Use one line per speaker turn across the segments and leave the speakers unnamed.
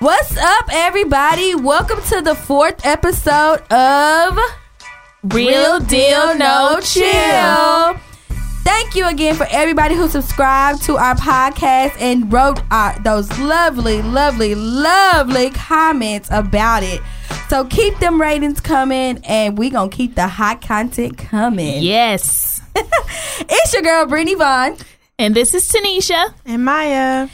What's up, everybody? Welcome to the fourth episode of Real Deal No Chill. Thank you again for everybody who subscribed to our podcast and wrote our, those lovely, lovely, lovely comments about it. So keep them ratings coming, and we gonna keep the hot content coming.
Yes.
It's your girl Brittany Vaughn,
And this is Tanisha.
And Maya.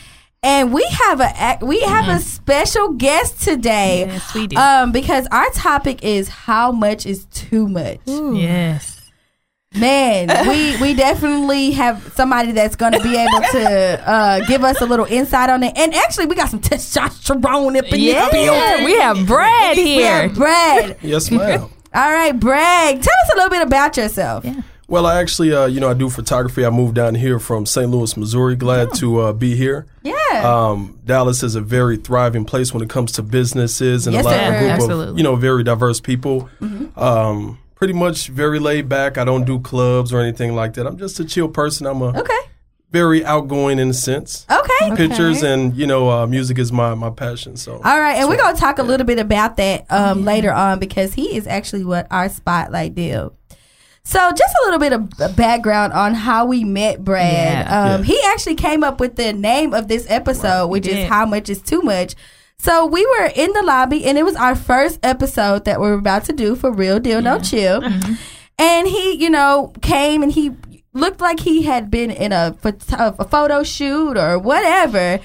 and we have a e, we have a special guest today.
Mm-hmm. Yes, we do.
Um, because our topic is how much is too much.
Yes.
Man, we we definitely have somebody that's going to be able to uh, give us a little insight on it. And actually, we got some testosterone up in
Yeah.
this building.
We have Brad
We have
here.
Brad.
Yes, ma'am.
All right, Brad, tell us a little bit about yourself.
well, I actually, uh, you know, I do photography. I moved down here from St. Louis, Missouri. Glad
Oh.
to uh, be here.
Yeah.
Um, Dallas is a very thriving place when it comes to businesses and
Yes,
a lot
sir.
of group
Absolutely.
of you know very diverse people.
Mm-hmm.
Um, pretty much very laid back. I don't do clubs or anything like that. I'm just a chill person. I'm a
okay.
very outgoing in a sense.
Oh. Okay.
Pictures and you know uh, music is my my passion. So
All right, and we're gonna talk a little bit about that um, later on because he is actually what our spotlight deal. So, just a little bit of b- background on how we met Brad.
Yeah.
Um,
Yeah.
He actually came up with the name of this episode, which is
did.
"How Much Is Too Much." So we were in the lobby, and it was our first episode that we were about to do for Real Deal No Chill. And he, you know, came and he looked like he had been in a, photo- a photo shoot or whatever.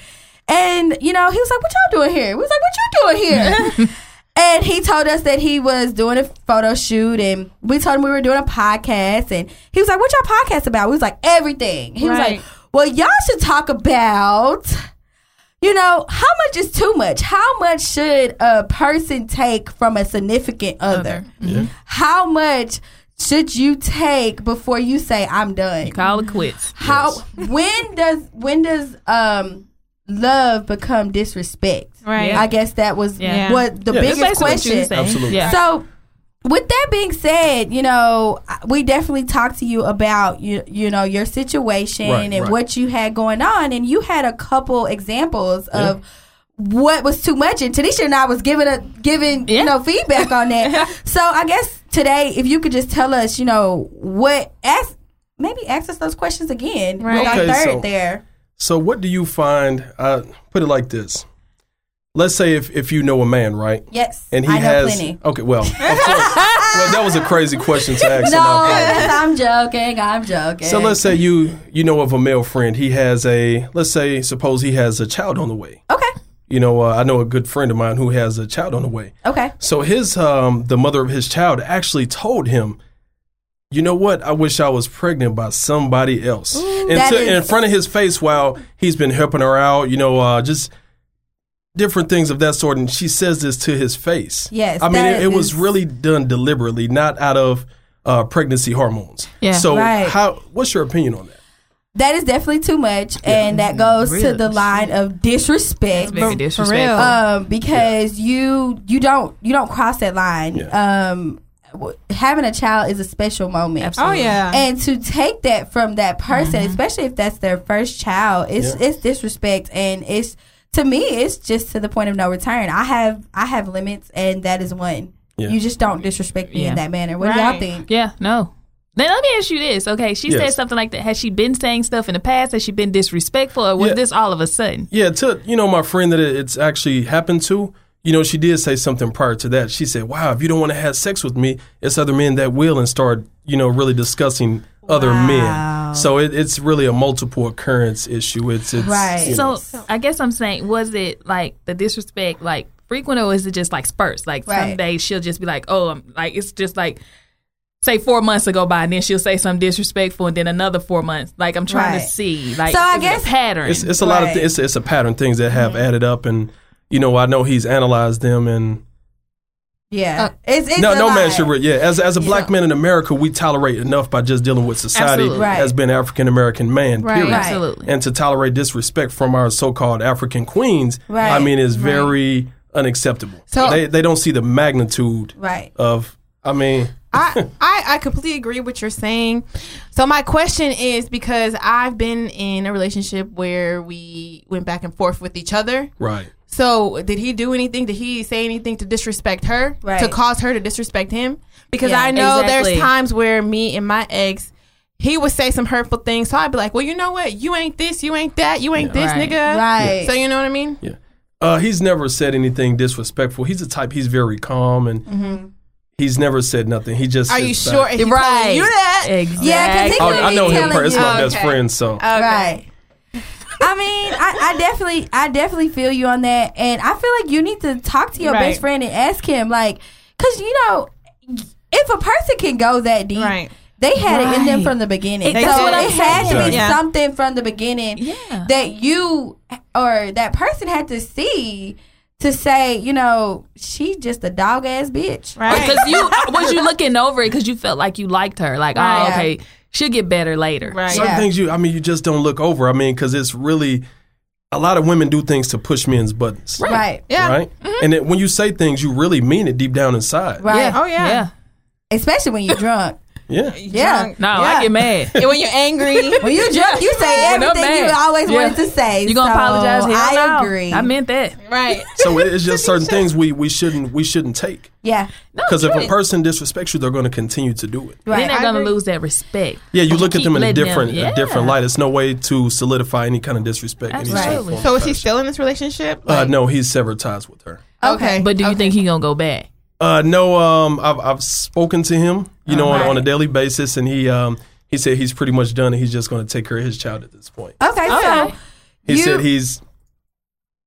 And, you know, he was like, What y'all doing here? We was like, What you doing here? and he told us that he was doing a photo shoot and we told him we were doing a podcast and he was like, What y'all podcast about? We was like, Everything. He was
Right.
like, Well, y'all should talk about you know, how much is too much? How much should a person take from a significant other? Mm-hmm.
Yeah.
How much should you take before you say I'm done?
Call it quits.
How when does when does um love become disrespect?
Right.
I guess that was
Yeah.
what the
Yeah,
biggest
that's
That's basically what you
question.
was saying.
Absolutely.
Yeah.
So, with that being said, you know, we definitely talked to you about you, you know, your situation
Right,
and
right.
what you had going on, and you had a couple examples of what was too much, and Tanisha and I was giving a giving
Yeah.
you know feedback on that. so, I guess today, if you could just tell us, you know, what ask maybe ask us those questions again.
Right.
With our
Okay,
third
so-
there.
So, what do you find? Uh, put it like this. Let's say if, if you know a man, right?
Yes,
And he
I know
has.
plenty.
Okay, well, of course. well, that was a crazy question to ask.
No,
and I apologize.
that's- I'm joking. I'm joking.
So let's say you you know of a male friend. He has a let's say suppose he has a child on the way.
okay,
You know, uh, I know a good friend of mine who has a child on the way.
okay,
So his um the mother of his child actually told him, you know what? I wish I was pregnant by somebody else. and
that
to-
is-
in front of his face while he's been helping her out, you know, uh just different things of that sort and she says this to his face.
Yes,
I mean
that
it, it was
is-
really done deliberately, not out of uh, pregnancy hormones.
Yeah.
So
Right.
how what's your opinion on that?
that is definitely too much, and that goes to
Really?
the line of disrespect.
Very disrespectful.
um, because you you don't you don't cross that line. Um, w- having a child is a special moment.
Absolutely.
Oh, yeah.
And to take that from that person, especially if that's their first child, it's
Yeah.
it's disrespect and it's to me it's just to the point of no return. I have I have limits and that is one.
Yeah.
You just don't disrespect me in
Yeah.
that manner. What do y'all
Right.
think?
yeah, no. Then let me ask you this. Okay, she said
Yes.
something like that. Has she been saying stuff in the past? Has she been disrespectful or was
Yeah.
this all of a sudden?
Yeah, to you know, my friend that it- it's actually happened to, you know, she did say something prior to that. She said, "Wow, if you don't want to have sex with me, it's other men that will," and start, you know, really discussing other men. So it, it's really a multiple occurrence issue. It's, it's
Right.
you know.
So I guess I'm saying, was it like the disrespect like frequent or is it just like spurts? Like
Right.
some days she'll just be like, oh, I'm like it's just like say four months ago by and then she'll say something disrespectful and then another four months. Like I'm trying
Right.
to see like
So I
is it a
guess-
pattern.
it's it's a lot of
Right. Mm-hmm.
th- it's it's a pattern things that have added up, and you know, I know he's analyzed them and.
Yeah, it's, it's
no,
a
no man
lie.
should. Re- yeah, as as a black man in America, we tolerate enough by just dealing with society
Absolutely.
Right.
as being African American man.
Right.
Period.
Absolutely.
And to tolerate disrespect from our so-called African queens,
Right.
I mean, is very unacceptable.
So-
they they don't see the magnitude
Right.
of. I mean,
I, I, I completely agree with what you're saying. So my question is because I've been in a relationship where we went back and forth with each other.
right.
So did he do anything? Did he say anything to disrespect her?
Right.
To cause her to disrespect him? Because
Yeah,
I know
exactly.
there's times where me and my ex, he would say some hurtful things. So I'd be like, well, you know what? You ain't this. You ain't that. You ain't this,
Right.
nigga.
Right.
So you know what I mean?
Yeah. Uh, he's never said anything disrespectful. He's the type. He's very calm and
Mm-hmm.
he's never said nothing. He just.
Are you
sits back.
sure? And he telling You that?
Exactly.
Yeah, 'cause he
Oh, I know him.
Telling
It's my
you. Oh,
best friend. So
Right. I mean, I, I definitely, I definitely feel you on that, and I feel like you need to talk to your
Right.
best friend and ask him, like, because you know, if a person can go that deep,
Right.
they had it in them
Right.
from the beginning.
They
so
did.
it had to be
Exactly.
Yeah.
something from the beginning
Yeah.
that you or that person had to see to say, you know, she just a dog ass bitch.
Right.
Because Oh, you was you looking over it because you felt like you liked her. Like,
Right.
oh, okay, she'll get better later.
Right.
some
Yeah.
things you. I mean, you just don't look over. I mean, because it's really a lot of women do things to push men's buttons.
Right. Right. Mm-hmm.
Yeah.
Right. And it, when you say things, you really mean it deep down inside.
Oh yeah.
Yeah.
Especially when you're drunk.
Yeah.
Yeah.
Drunk.
No,
Yeah.
I get mad.
And when you're angry.
When you drunk, you say
When I'm
everything you
mad.
always
Yeah.
wanted to say.
You gonna
so
apologize? Hell
I
no.
agree.
I meant that.
right.
So it- it's just certain things we, we shouldn't we shouldn't take
yeah.
because if a person disrespects you, they're going to continue to do it.
Then
Right.
they're gonna
agree.
lose that respect.
Yeah, you look at
keep
them in a
letting them-
different a different
yeah.
light. It's no way to solidify any kind of disrespect. in any shape,
Absolutely.
form,
So
or
is he
fashion.
still in this relationship?
Uh,
Like-
no, he's severed ties with her.
Okay.
But do you think he gonna go back?
Uh, no, um, I've I've spoken to him, you know, on, on a daily basis, and he um he said he's pretty much done, and he's just going to take care of his child at this point.
Okay, so
Okay.
He
you-
said he's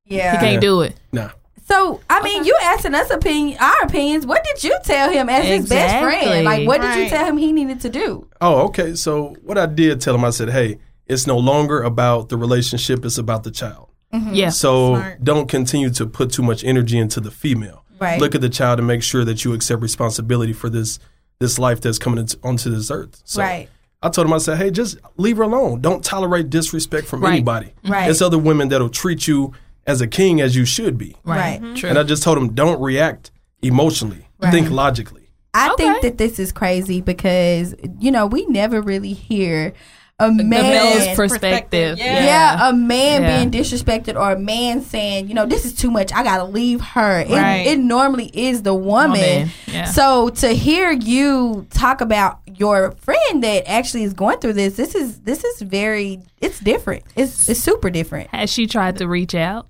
yeah.
He can't do it.
nah.
So I mean, you asking us opinion, our opinions. What did you tell him as his best friend?
Exactly.
Like, what did you
Right.
tell him he needed to do?
Oh, okay. So what I did tell him, I said, hey, it's no longer about the relationship; it's about the child.
Mm-hmm.
Yeah.
So
Smart.
don't continue to put too much energy into the female.
Right.
Look at the child and make sure that you accept responsibility for this this life that's coming into, onto this earth. So
Right.
I told him, I said, hey, just leave her alone. Don't tolerate disrespect from
Right.
anybody.
Right.
It's other women that'll treat you as a king as you should be.
Right.
Mm-hmm.
True.
And I just told him, don't react emotionally. Think logically.
I
Okay.
think that this is crazy because you know we never really hear a man.
the male's
perspective.
perspective.
yeah.
Yeah.
a man
Yeah.
being disrespected or a man saying, you know, this is too much. I gotta leave her. It,
Right.
it normally is the woman.
Woman, yeah.
So to hear you talk about your friend that actually is going through this, this is this is very. It's different. It's it's super different.
Has she tried to reach out?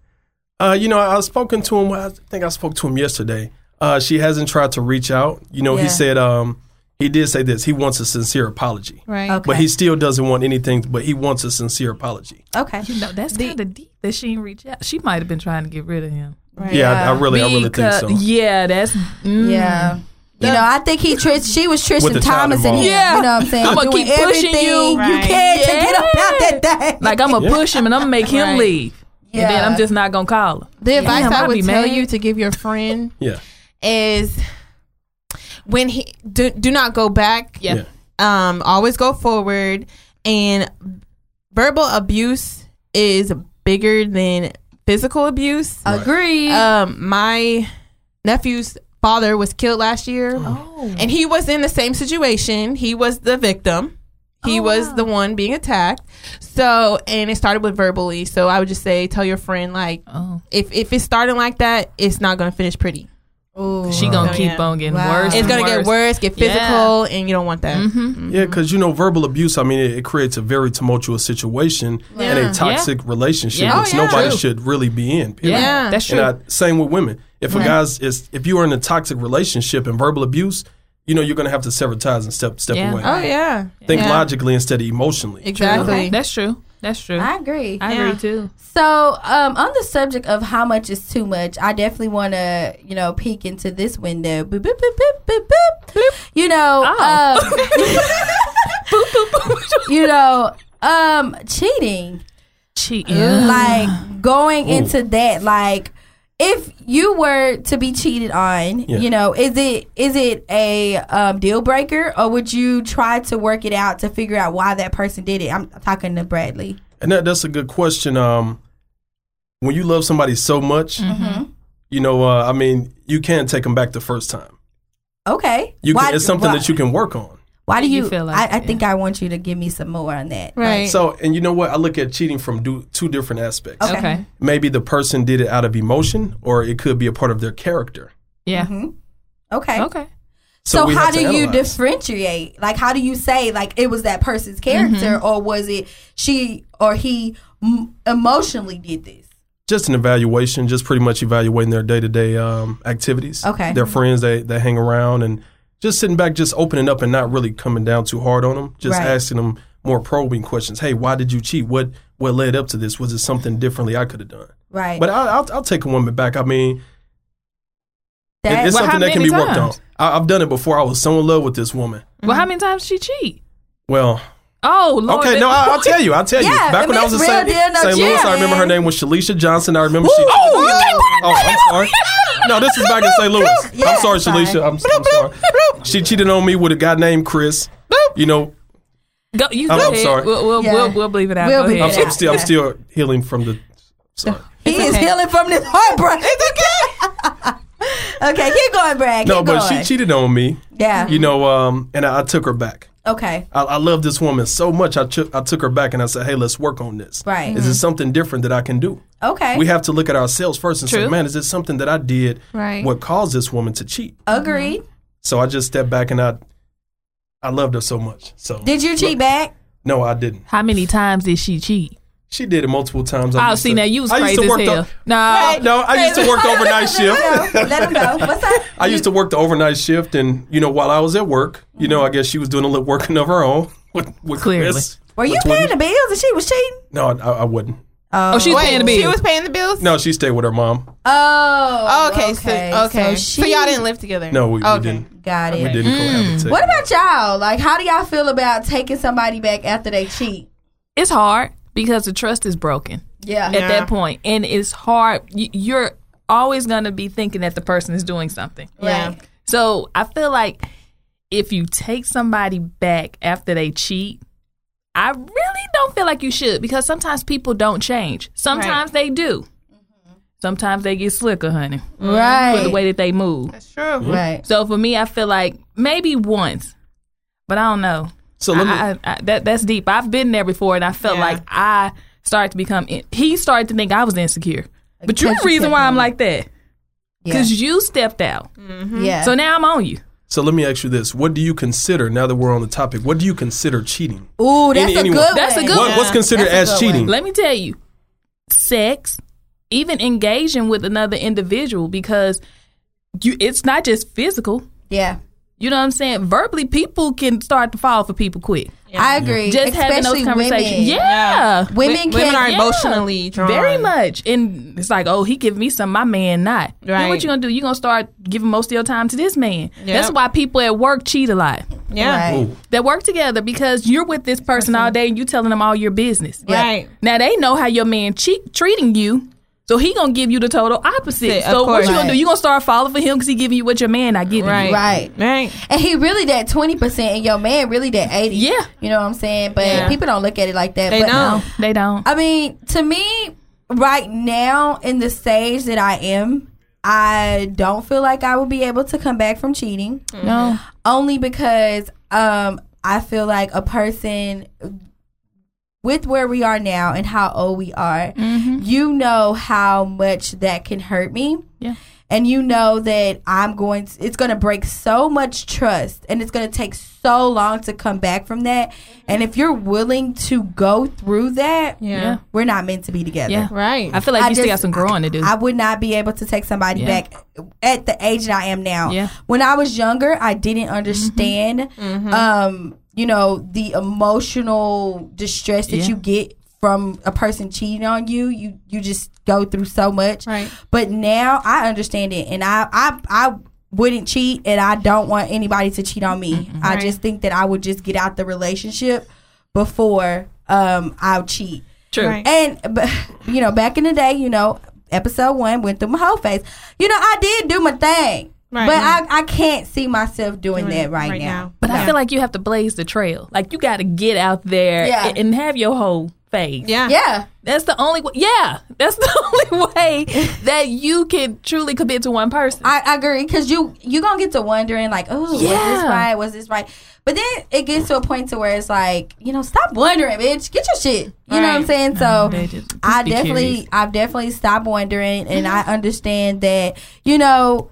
Uh, you know, I, I've spoken to him. I think I spoke to him yesterday. Uh, she hasn't tried to reach out. You know,
Yeah.
he said um, he did say this. He wants a sincere apology,
Right.
Okay.
but he still doesn't want anything. But he wants a sincere apology.
Okay.
You know, that's kind of deep that she didn't reach out. She might have been trying to get rid of him.
Yeah, I, I really, I really think
Because-
so.
Yeah, that's mm.
Yeah. You know, I think he Trish. She was
With the
Trisha
child
Thomas in him.
involved.
Yeah.
You know what I'm saying?
I'ma
Doing
keep pushing
everything
you.
You
Right.
can to get up out
Yeah.
that thing.
Like I'm gonna push him and I'm gonna make him
Right.
leave.
Yeah.
And then I'm just not gonna call her.
The advice
Damn,
I
I'd
would
be
tell
mad.
you to give your friend
Yeah,
is when he do, do not go back.
Yeah.
Yeah.
Um, always go forward and verbal abuse is bigger than physical abuse.
Agreed.
Uh,
Um, my nephew's father was killed last year
Oh.
and he was in the same situation. He was the victim. He was the one being attacked. So, and it started with verbally. So, I would just say, tell your friend, like,
Oh.
if if it's starting like that, it's not going to finish pretty.
She gonna
Oh,
keep
yeah.
on getting
Wow.
worse.
It's
and
going to get worse, get
Yeah. Mm-hmm.
physical, and you don't want that.
yeah, because you know, verbal abuse. I mean, it, it creates a very tumultuous situation and
Yeah.
a toxic relationship,
Yeah.
which
Oh, yeah.
nobody
True.
should really be in.
Yeah,
Period.
that's true.
And I, same with women. If a guy's is if you are in a toxic relationship and verbal abuse, you know you're going to have to sever ties and step step
Yeah.
away.
Oh, yeah.
Think
Yeah.
logically instead of emotionally.
Exactly.
Okay, That's true. That's true.
I agree.
I
Yeah.
agree too.
So, um, on the subject of how much is too much, I definitely want to, you know, peek into this window. Boop, boop, boop, boop, boop, boop. You know, um, you know, um, cheating,
Cheating.
like going into that, like if you were to be cheated on,
Yeah.
you know, is it is it a um, deal breaker, or would you try to work it out to figure out why that person did it? I'm talking to Bradley.
And that, that's a good question. Um, when you love somebody so much,
Mm.
you know, uh, I mean, you can't take them back the first time.
Okay,
You
Why-
can, it's something
why-
that you can work on.
Why do
You
you,
feel like
I, I
that,
think I want you to give me some more on that.
Right.
So, and you know what? I look at cheating from do, two different aspects.
Okay.
Okay.
Maybe the person did it out of emotion, or it could be a part of their character.
Yeah.
Mm-hmm.
Okay.
Okay.
So,
we
how
have to
do you
analyze.
differentiate? Like, how do you say like it was that person's character,
Mm-hmm.
or was it she or he m- emotionally did this?
just an evaluation, just pretty much evaluating their day to day activities.
Okay.
Their friends they, they hang around and just sitting back, just opening up and not really coming down too hard on them. Just
Right.
asking them more probing questions. Hey, why did you cheat? What what led up to this? Was it something differently I could have done?
Right.
But I, I'll, I'll take a woman back. I mean, it-
That-
it's
Well, how
something that can be
many
worked on.
times?
I, I've done it before. I was so in love with this woman.
Well,
Mm-hmm.
how many times did she cheat?
Well,
Oh, Lord.
okay, no, I, I'll tell you. I'll tell you.
Yeah,
Back
I
when
mean,
I was in
it's real
St.
deal, no
St. Louis,
jail,
I remember her
man.
name was Shalisha Johnson. I remember she. Oh, I'm sorry. No, this is back in St. Louis.
Yeah,
I'm sorry,
sorry.
Shalisha. I'm, I'm sorry. She cheated on me with a guy named Chris. You know,
Go, you
I'm-
go
Oh, I'm
ahead.
sorry.
We'll, we'll,
Yeah.
we'll, we'll believe it out.
We'll
Go
believe
ahead.
I'm,
it
I'm
out.
still I'm
yeah.
still healing from the. Sorry.
he is
okay.
healing from this heartbreak. It's okay. okay, keep going, Brad. Keep
No, but
going.
she cheated on me.
yeah.
You know, um, and I, I took her back.
okay.
I, I love this woman so much. I took I took her back and I said, "Hey, let's work on this.
Right.
Is it something different that I can do?
Okay.
We have to look at ourselves first and say,
Eh. True.
man, is it something that I did?
Right.
What caused this woman to cheat?
Agreed.
So I just stepped back and I, I loved her so much. So
Did you cheat back?
no, I didn't.
How many times did she cheat?
She did it multiple times.
Oh,
used
see,
to-
now you was
I
crazy
used to
as
work
hell.
The,
Nah.
no, I used to work the overnight
Let him
shift.
know. Let him know. What's up?
I used to work the overnight shift, and you know, while I was at work, you know, I guess she was doing a little working of her own. With, with
Clearly.
Chris,
Were you
with
paying the
Wendy.
bills and she was cheating?
No, I, I wouldn't.
Oh, she's
Wait,
paying the bill.
she was paying the bills.
No, she stayed with her mom.
Oh.
Okay, so okay, so,
she,
y'all didn't live together.
No, we,
okay.
we didn't.
Got it.
We didn't cohabitate.
What about y'all? Like, how do y'all feel about taking somebody back after they cheat?
it's hard because the trust is broken
Yeah.
at that point, and it's hard. You, you're always going to be thinking that the person is doing something.
Right.
So I feel like if you take somebody back after they cheat, I really don't feel like you should because sometimes people don't change. Sometimes they do. Sometimes they get slicker, honey, with
Right.
the way that they move.
that's true.
right.
So for me, I feel like maybe once, but I don't know.
So let me.
I, I, I, that that's deep. I've been there before, and I felt
Yeah.
like I started to become. in- He started to think I was insecure, but you're the
Because you
reason
kept
why I'm
doing
like that
Yeah. Mm.
because you stepped out.
yeah.
So now I'm on you.
so let me ask you this: What do you consider now that we're on the topic? What do you consider cheating?
Ooh, that's
Any-
a
anyone-
good.
That's a
one.
good
What, What's
Yeah.
considered
That's a
as
good one.
cheating?
Let me tell you, sex, even engaging with another individual, because you it's not just physical.
Yeah.
You know what I'm saying? Verbally, people can start to fall for people quick.
I agree.
Just having
Especially
those conversations.
Women.
Yeah.
Women
Women,
can.
are
yeah.
emotionally drawn.
Very much. And it's like, oh, he give me some, my man not. Then what
Right.
you gonna do? You gonna start giving most of your time to this man. That's
Yep.
why people at work cheat a lot.
Yeah.
Right.
Ooh.
That work together because you're with this person all day and you telling them all your business.
Yeah. Right.
Now they know how your man cheat, treating you. So he gonna give you the total opposite.
Opposite, of
so what
course.
you gonna do?
Right.
You gonna start falling for him because he giving you what your man not giving
Right.
you.
Right.
Right.
And he really that twenty percent, and your man really that eighty.
Yeah.
You know what I'm saying? But
Yeah.
people don't look at it like that.
They
but
don't.
No, they don't.
I mean, to me, right now in the stage that I am, I don't feel like I would be able to come back from cheating.
No.
Only because um, I feel like a person with where we are now and how old we are, you know how much that can hurt me.
Yeah.
And you know that I'm going to, it's going to break so much trust and it's going to take so long to come back from that. And if you're willing to go through that,
Yeah.
we're not meant to be together.
Yeah.
Right.
I feel like
I
you still got
just-
some growing to do.
I would not be able to take somebody
Yeah.
back at the age that I am now.
Yeah. Mm-hmm.
When I was younger, I didn't understand, um, you know, the emotional distress that
Yeah.
you get from a person cheating on you. You you just go through so much.
Right.
But now I understand it, and I I I wouldn't cheat, and I don't want anybody to cheat on me. I just think that I would just get out the relationship before um I'll cheat.
True.
Right.
And but, you know, back in the day, you know, episode one went through my whole face. You know, I did do my thing,
Right.
but I, I can't see myself doing that right, now.
But I feel like you have to blaze the trail. Like you got to get out there
Yeah.
a- and, have your whole faith.
Yeah.
Yeah.
That's the only way. Yeah, that's the only way that you can truly commit to one person.
I, I agree because you you gonna get to wondering like, oh, was this
Yeah.
right? Was this right? But then it gets to a point to where it's like, you know, stop wondering, bitch. Get your shit. You know what I'm
Right.
saying? So
They just- just
I
be
definitely,
curious. Mm-hmm.
I've definitely stopped wondering, and I understand that you know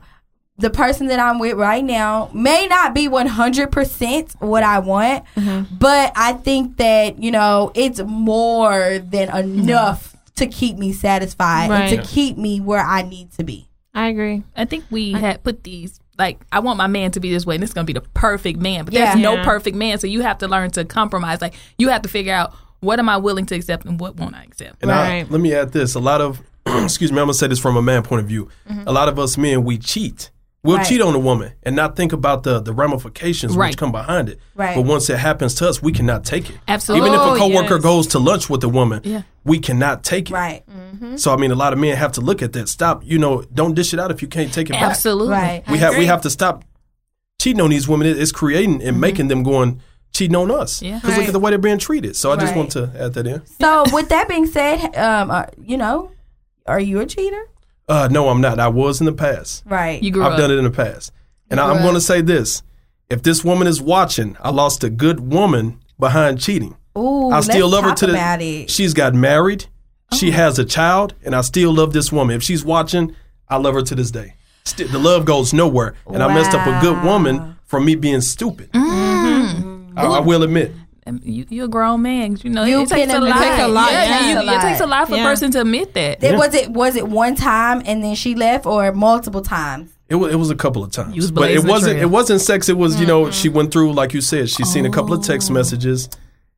the person that I'm with right now may not be 100 percent what I want,
Mm-hmm.
but I think that you know it's more than
Mm-hmm.
enough to keep me satisfied and
Right.
to keep me where I need to be.
I agree.
I think we had put these like I want my man to be this way, and this is gonna be the perfect man. But
Yeah.
there's no
Yeah.
perfect man, so you have to learn to compromise. Like you have to figure out what am I willing to accept and what won't I accept.
And I,
Right.
let me add this: a lot of, excuse me, I'm gonna say this from a man point of view. A lot of us men, we cheat. We'll
Right.
cheat on a woman and not think about the the ramifications
Right.
which come behind it.
Right.
But once it happens to us, we cannot take it.
Absolutely.
Even if
Oh,
a coworker
yes.
goes to lunch with a woman,
Yeah.
we cannot take it.
Right.
So I mean, a lot of men have to look at that. Stop. You know, don't dish it out if you can't take it back.
Absolutely.
Right.
We have we have to stop cheating on these women. It- It's creating and making them going cheating on us.
Mm-hmm. Yeah.
Because look
Right.
at the way they're being treated. So I just
Right.
want to add that in.
So with that being said, um, uh, you know, are you a cheater?
Uh, no, I'm not. I was in the past.
Right.
You grew
I've
up.
done it in the past, and I, I'm
Right.
going to say this: if this woman is watching, I lost a good woman behind cheating.
Ooh,
I still
let's
love her
talk
to the.
about it. Oh.
She's got married. She has a child, and I still love this woman. If she's watching, I love her to this day. Sti- the love goes nowhere, and I messed up a good woman from me being stupid.
Mm-hmm.
Mm-hmm. I, I will admit.
And You, you're a grown man. You know,
You
it takes a
can
lot.
admit. It takes a
lot,
Yeah, you-
yeah.
It takes a
it takes a lot for
lot.
a person to admit that.
Then Was it was it one time and then she left or multiple times?
It was, it was a couple of times,
You was
but it
blazing the
wasn't.
trail.
It wasn't sex. It was
Mm-hmm.
you know she went through like you said. She's seen a couple of text messages,
Oh.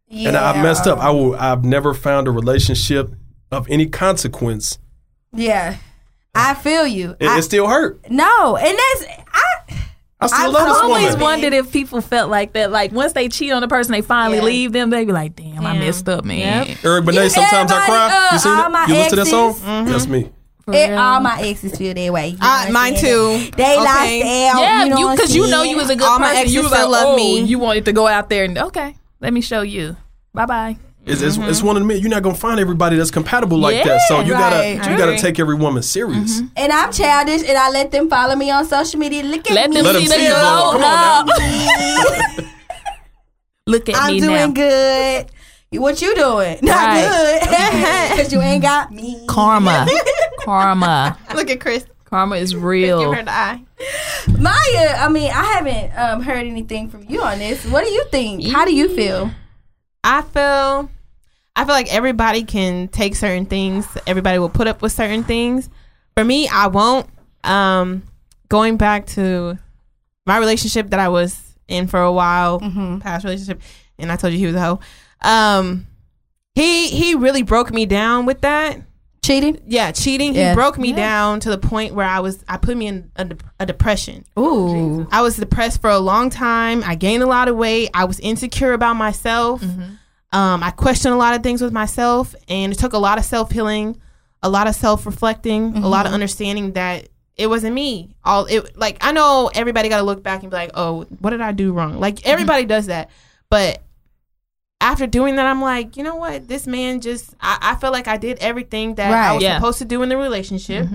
Yeah.
and I messed up. I will. I've never found a relationship of any consequence.
Yeah. I feel you.
It,
I-
it still hurt.
no, and that's I.
I still
I- I've
love
always
this woman.
always wondered if people felt like that. Like once they cheat on the person, they finally
Yeah.
leave them. They be like, "Damn, I
Yeah.
messed up, man."
Yep.
Eric Benet, sometimes I
Everybody,
cry.
uh,
you seen
all
it?
my
You listen to that song?
exes.
That's me.
For
It,
real.
all my exes feel that way. You know what
I,
I'm
Ah, mine
saying?
too.
They
okay.
lost out.
yeah,
you know what I'm
because you, know
saying?
you was a good
All my
person. you
exes
was like,
still love
"Oh,
me."
you wanted to go out there and okay, let me show you. Bye bye.
It's, it's, it's one of the men. You're not gonna find everybody that's compatible like
Yeah,
that. So you
right. Mm-hmm.
gotta you gotta take every woman serious.
and I'm childish, and I let them follow me on social media. Look at
Let
me.
them
Let
see
'em
that
see
you
it, Lord.
old up.
Come on
Look at
I'm
me
doing
now.
good. You- What you doing? Not
Right.
good. Because you ain't got me.
Karma, karma,
Look at Chris.
karma is
Give
real.
her the eye.
Maya, I mean, I haven't um, heard anything from you on this. What do you think? How do you feel?
I feel I feel like everybody can take certain things. Everybody will put up with certain things. For me, I won't. Um, going back to my relationship that I was in for a while, past relationship, and I told you he was a hoe. Um, he he really broke me down with that.
Cheating?
Yeah, cheating.
Yeah.
He broke me
Yeah.
down to the point where I was I put me in a, dep- a depression.
Ooh.
I was depressed for a long time. I gained a lot of weight. I was insecure about myself.
Mm-hmm.
Um, I questioned a lot of things with myself, and it took a lot of self healing, a lot of self reflecting, a lot of understanding that it wasn't me. All it like I know everybody got to look back and be like, oh, what did I do wrong? Like everybody does that, but after doing that, I'm like, you know what? This man just I, I feel like I did everything that
Right.
I was
Yeah.
supposed to do in the relationship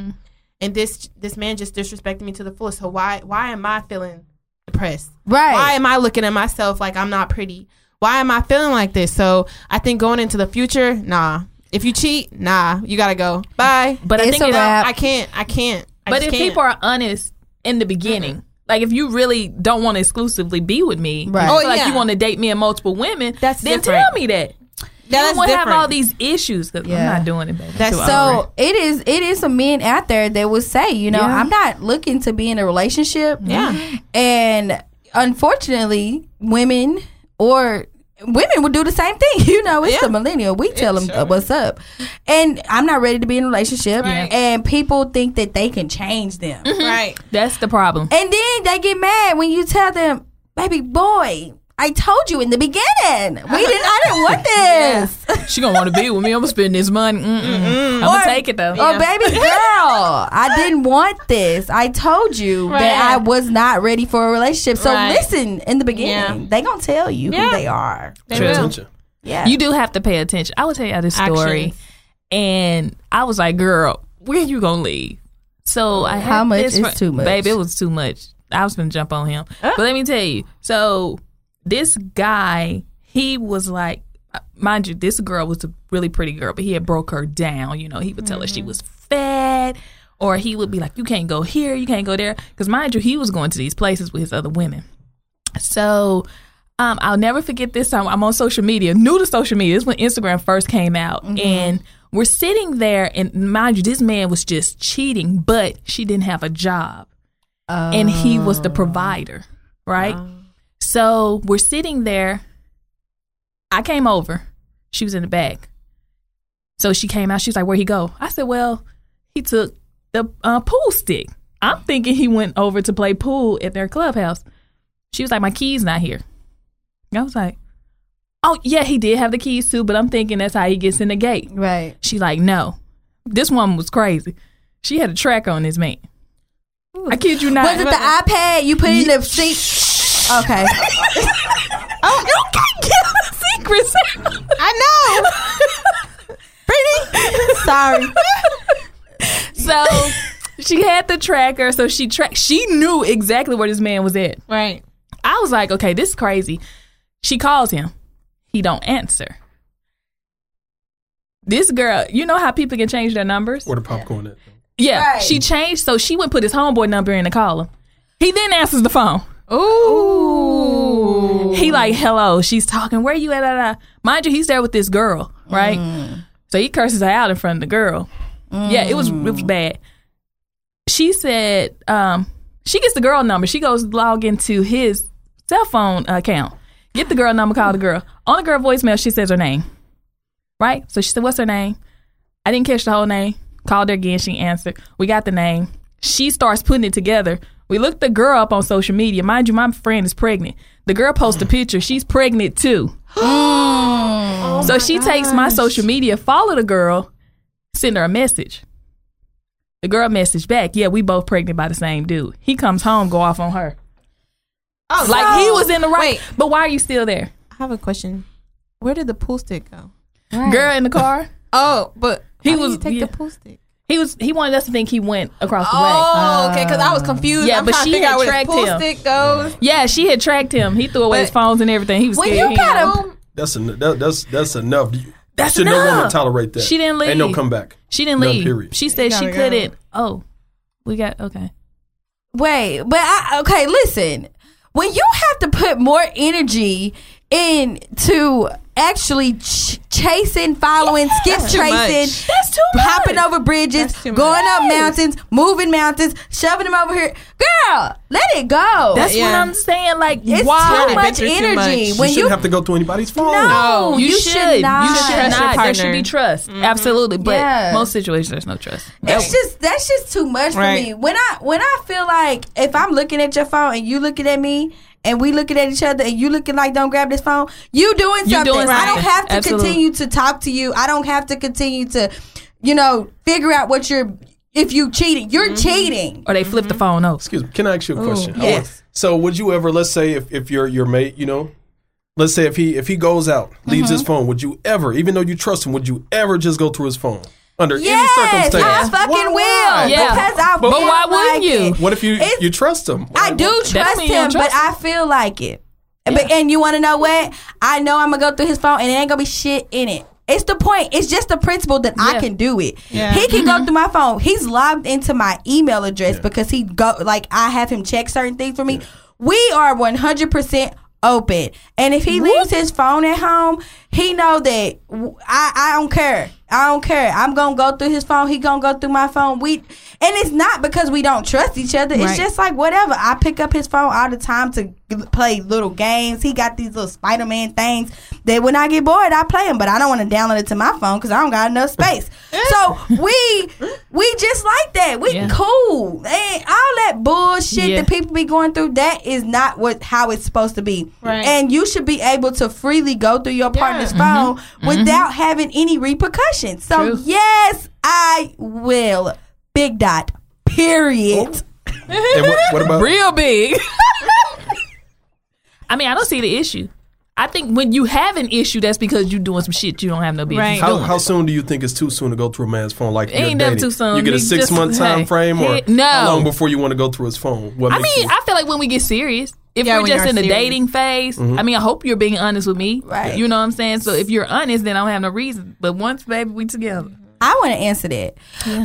and this this man just disrespected me to the fullest. So why why am I feeling depressed?
Right.
Why am I looking at myself like I'm not pretty? Why am I feeling like this? So I think going into the future, nah. If you cheat, nah, you gotta go. Bye.
But
It's
I think
a
it's-
wrap.
I can't. I can't. I
But
just
if
can't.
people are honest in the beginning, like if you really don't want to exclusively be with me,
Right.
you
Oh,
feel like
yeah.
you want to date me and multiple women,
That's
then
different.
tell me that.
That's
you won't have
different.
all these issues because
Yeah.
I'm not doing it, baby. I'm
That's
too
so-
old.
So it is it is some men out there that would say, you know,
Yeah.
I'm not looking to be in a relationship.
Yeah.
And unfortunately, women or women would do the same thing. You know, it's the millennial. We tell them uh, what's up. And I'm not ready to be in a relationship.
Right. Mm-hmm.
And people think that they can change them.
right.
that's the problem.
And then they get mad when you tell them, baby boy, I told you in the beginning. We didn't I didn't want this.
She gonna want to be with me. I'm gonna spend this money. Mm-mm. I'm
Or-
gonna take it though.
Oh, baby girl, I didn't want this. I told you that
Right.
I was not ready for a relationship. So
Right.
listen in the beginning. They gonna tell you
Yeah.
who they are.
They
Pay
will.
attention.
Yeah.
You do have to pay attention. I will tell you this story.
Actions.
And I was like, girl, where you going to leave? So I
How
had
much
this
is
fri-
too much?
Babe, it was too much. I was going to jump on him. But let me tell you. So this guy, he was like, mind you, this girl was a really pretty girl, but he had broke her down. You know, he would tell her she
Mm-hmm.
was fat. Or he would be like, you can't go here, you can't go there. Because, mind you, he was going to these places with his other women. So um, I'll never forget this time. I'm on social media, new to social media. This is when Instagram first came out. And we're sitting there, and mind you, this man was just cheating, but she didn't have a job. And he was
Ah.
the provider, right? So we're sitting there. I came over. She was in the back. So she came out. She was like, Where'd he go? I said, Well, he took the uh, pool stick. I'm thinking he went over to play pool at their clubhouse. She was like, My key's not here. I was like, Oh, yeah, he did have the keys too, but I'm thinking that's how he gets in the gate.
Right.
She like, No. This woman was crazy. She had a track on this man. I kid you not.
Was it the iPad you put in the seat? Okay.
Oh, you can't give her secrets.
I know.
Sorry.
so she had the tracker, so she tracked. She knew exactly where this man was at.
right.
I was like, okay, this is crazy. She calls him. He don't answer. This girl, you know how people can change their numbers?
Or the popcorn. At.
Yeah,
Right.
she changed, so she went put his homeboy number in the column. He then answers the phone.
Ooh.
He like, hello, she's talking. Where you at? Da, da, da. Mind you, he's there with this girl, right? So he curses her out in front of the girl. Yeah, it was it was bad. She said, um, she gets the girl number. She goes log into his cell phone account, get the girl number, call the girl. On the girl voicemail, she says her name, right? So she said, what's her name? I didn't catch the whole name. Called her again. She answered. We got the name. She starts putting it together. We looked the girl up on social media. Mind you, my friend is pregnant. The girl posts a picture. She's pregnant too. so she takes my social media, follow the girl, send her a message. The girl messaged back, yeah, we both pregnant by the same dude. He comes home, go off on her.
Oh,
Like he was in the right.
Wait.
But why are you still there?
I have a question. Where did the pool stick go?
Girl in the car.
Oh, but
He
he
was-
was take
yeah.
the pool stick.
He was he wanted us to think he went across the way.
Oh, okay. Because I was confused.
Yeah,
I'm
but
trying
she
to figure
had
out where the
tracked
pool
him.
stick goes.
Yeah, she had tracked him. He threw away
But-
his phones and everything. He was
When
scared.
you
He-
got a
That's, en- that, that's, that's enough. You,
That's
should no
enough.
woman tolerate that.
She didn't
Ain't no
leave.
comeback.
She didn't
None,
leave.
period.
She said she
gotta go.
couldn't. Oh, we got okay.
Wait, but I okay, listen. When you have to put more energy into actually ch- chasing, following, skip
That's too
tracing,
That's too
hopping over bridges,
That's too
going
much.
up mountains, moving mountains, shoving them over here. Girl, let it go.
That's what
Yeah.
I'm saying. Like,
it's
why?
too much
Adventure too
energy.
much.
You
When
shouldn't
you,
have to go through anybody's phone.
no,
No,
you, should, not.
Oh, You should
Trust your
not. There should
partner. Mm-hmm.
be trust. Absolutely. But
Yeah.
most situations, there's no trust.
It's just that's just too much for
Right.
me. When I when I feel like if I'm looking at your phone and you looking at me and we looking at each other and you looking like don't grab this phone, you doing
You
something.
doing
I don't
something.
have to
Absolutely.
continue to talk to you. I don't have to continue to, you know, figure out what you're if you cheating. You're
Mm-hmm.
cheating.
Or they flip
Mm-hmm.
the phone over.
Excuse me. Can I
Oh,
ask you a question? I
yes.
want- So would you ever, let's say, if, if your your mate, you know, let's say if he if he goes out, leaves his
Mm-hmm.
phone, would you ever, even though you trust him, would you ever just go through his phone under
Yes,
any
I
circumstance?
fucking
Why-
will.
why?
Yeah.
Because I
But
feel
why
like
wouldn't you?
it.
What if you
It's-
you trust him? Why
I do
wouldn't-
trust
mean you don't
him,
trust
but I feel like it. But and you want to know what? I know I'm gonna go through his phone, and it ain't gonna be shit in it. It's the point. It's just the principle that I
Yeah. Mm-hmm.
can do it.
Yeah.
He can go through my phone. He's logged into my email address because he go like I have him check certain things for me. We are 100 percent open, and if he leaves his phone at home, he know that w- I I don't care. I don't care. I'm gonna go through his phone. He gonna go through my phone. We and it's not because we don't trust each other. It's
Right.
just like whatever. I pick up his phone all the time to g- play little games. He got these little Spider Man things that when I get bored, I play them. But I don't want to download it to my phone because I don't got enough space. so we we just like that. We
Yeah.
cool. And all that bullshit
Yeah.
that people be going through. That is not what how it's supposed to be.
Right.
And you should be able to freely go through your partner's phone without having any repercussions. So
True.
yes, I will. Big dot. Period.
And what, what about
Real big. I mean, I don't see the issue. I think when you have an issue, that's because you doing some shit you don't have no business
Right.
How,
doing.
how soon do you think it's too soon to go through a man's phone? Like
Ain't
you're
never
dating?
too soon.
You get a
You
six
just-
month time
hey,
frame, or
hey, no.
how long before you want to go through his phone? What
I
makes
mean,
you,
I feel like when we get serious, if
Yeah,
we're
when
just
you're
in the
serious.
dating phase,
Mm-hmm.
I mean, I hope you're being honest with me.
Right.
You know what I'm saying? So if you're honest, then I don't have no reason. But once, baby, we together.
I want to answer that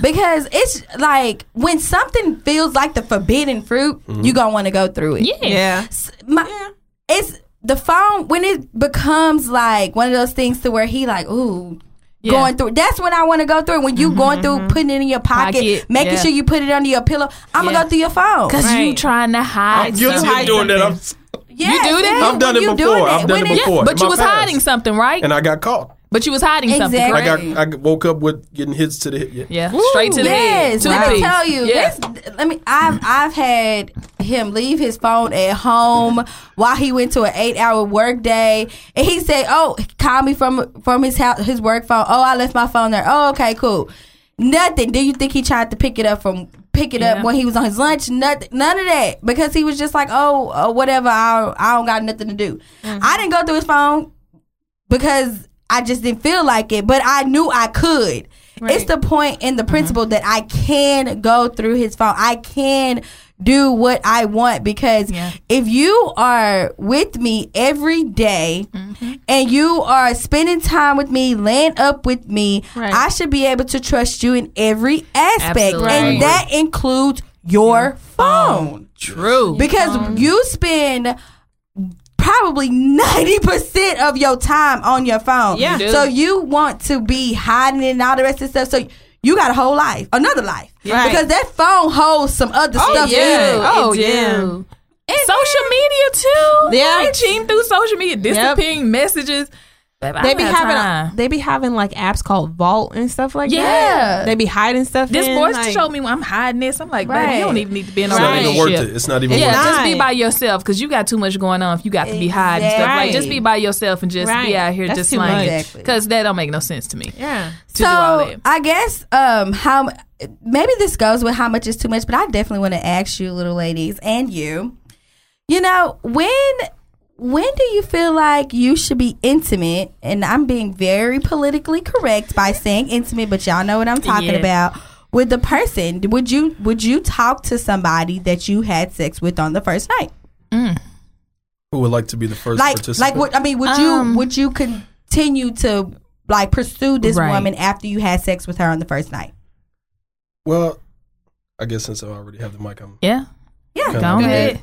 because it's like when something feels like the forbidden fruit, you gonna want to go through it.
Yeah.
S- my, it's the phone when it becomes like one of those things to where he like ooh.
Yeah. Mm-hmm,
Going through that's when I want to go through it. when you going through putting it in your pocket,
Pocket,
making
yeah.
sure you put it under your pillow. I'm
Yeah.
gonna go through your phone.
Cause you
Right.
trying to hide.
I'm guilty
something.
of doing that. I'm,
Yes,
you do
when
that?
you-
I've done
when
it
you doing
before. I've
that,
done
when
it
Yeah,
before. in
but you
my
was
past.
hiding something, right?
and I got caught.
but you was hiding something.
Exactly.
I
Correct?
got I got- woke up with getting hits to the head. Yeah.
yeah, straight to the head.
Yes,
Two
let me
piece.
tell you.
Yeah.
This, let me. I've I've had him leave his phone at home while he went to an eight-hour work day, and he said, "Oh, call me from from his house, his work phone. Oh, I left my phone there. Oh, okay, cool. Nothing. Do you think he tried to pick it up from?" Pick it
Yeah.
up when he was on his lunch. Nothing, none of that, because he was just like, "Oh, uh, whatever. I don't, I don't got nothing to do."
Mm-hmm.
I didn't go through his phone because I just didn't feel like it, but I knew I could. It's the point in the principle that I can go through his phone. I can do what I want because
Yeah.
if you are with me every day
Mm-hmm.
and you are spending time with me, laying up with me,
Right.
I should be able to trust you in every aspect.
Absolutely.
And
Right.
that includes your phone.
True.
Because you spend probably 90% of your time on your phone.
Yeah.
You do.
So you want to be hiding it and all the rest of the stuff. So you got a whole life, another life.
Right.
Because that phone holds some other stuff in
yeah.
it.
Oh,
It do.
yeah.
social media too.
Yeah.
they cheating through social media, disappearing messages. Babe, I
They
don't
be
have
having
time.
they be having like apps called Vault and stuff like that.
Yeah.
They be hiding stuff.
this
in,
voice
like,
showed me I'm hiding this. I'm like, baby,
Right.
you don't even need to be in
It's
a
not even worth
relationship.
it. It's not even
Yeah,
worth it.
just be
Right.
by yourself because you got too much going on. If you got to be hiding stuff, like just
Exactly.
be by yourself and just be
Right.
out here
That's
just
too
lying
much.
because that don't make no sense to me. To
Yeah.
do all
So
that.
I guess um how maybe this goes with how much is too much, but I definitely want to ask you, little ladies, and you. You know when when do you feel like you should be intimate? And I'm being very politically correct by saying intimate, but y'all know what I'm talking
Yeah.
about. With the person, would you would you talk to somebody that you had sex with on the first night?
Mm,
Who would like to be the first
Like
participant?
like what I mean? Would
Um,
you would you continue to like pursue this
Right.
woman after you had sex with her on the first night?
Well, I guess since I already have the mic, I'm
Yeah,
Yeah,
kinda
go
like
ahead.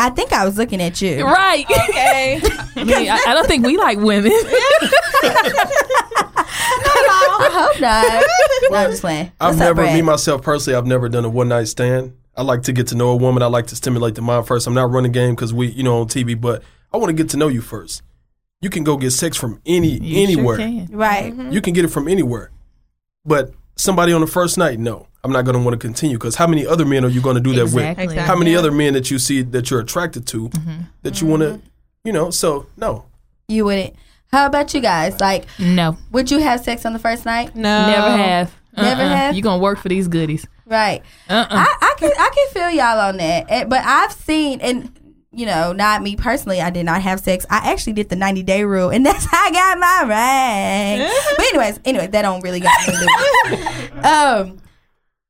I think I was looking at you.
Right. Okay. I, mean, I, I don't think we like women.
I hope not. No, I'm just playing.
I've
What's up,
never,
Brad?
me myself personally, I've never done a one night stand. I like to get to know a woman. I like to stimulate the mind first. I'm not running game because we, you know, on TV, but I want to get to know you first. You can go get sex from any
You sure
anywhere.
can.
right.
You can get it from anywhere. But somebody on the first night, no, I'm not going to want to continue because how many other men are you going to do that
Exactly. Mm-hmm.
with? How many other men that you see that you're attracted to that you want
Mm-hmm.
to, you know? So no,
You wouldn't. How about you guys? Like,
No,
would you have sex on the first night?
No.
never have.
Never
Uh-uh.
have?
You gonna work for these goodies?
Right.
Uh-uh.
I, I can I can feel y'all on that. Eh, But I've seen and you know, not me personally, I did not have sex. I actually did the ninety day rule and that's how I got my ring. but anyways, anyway, that don't really got me. um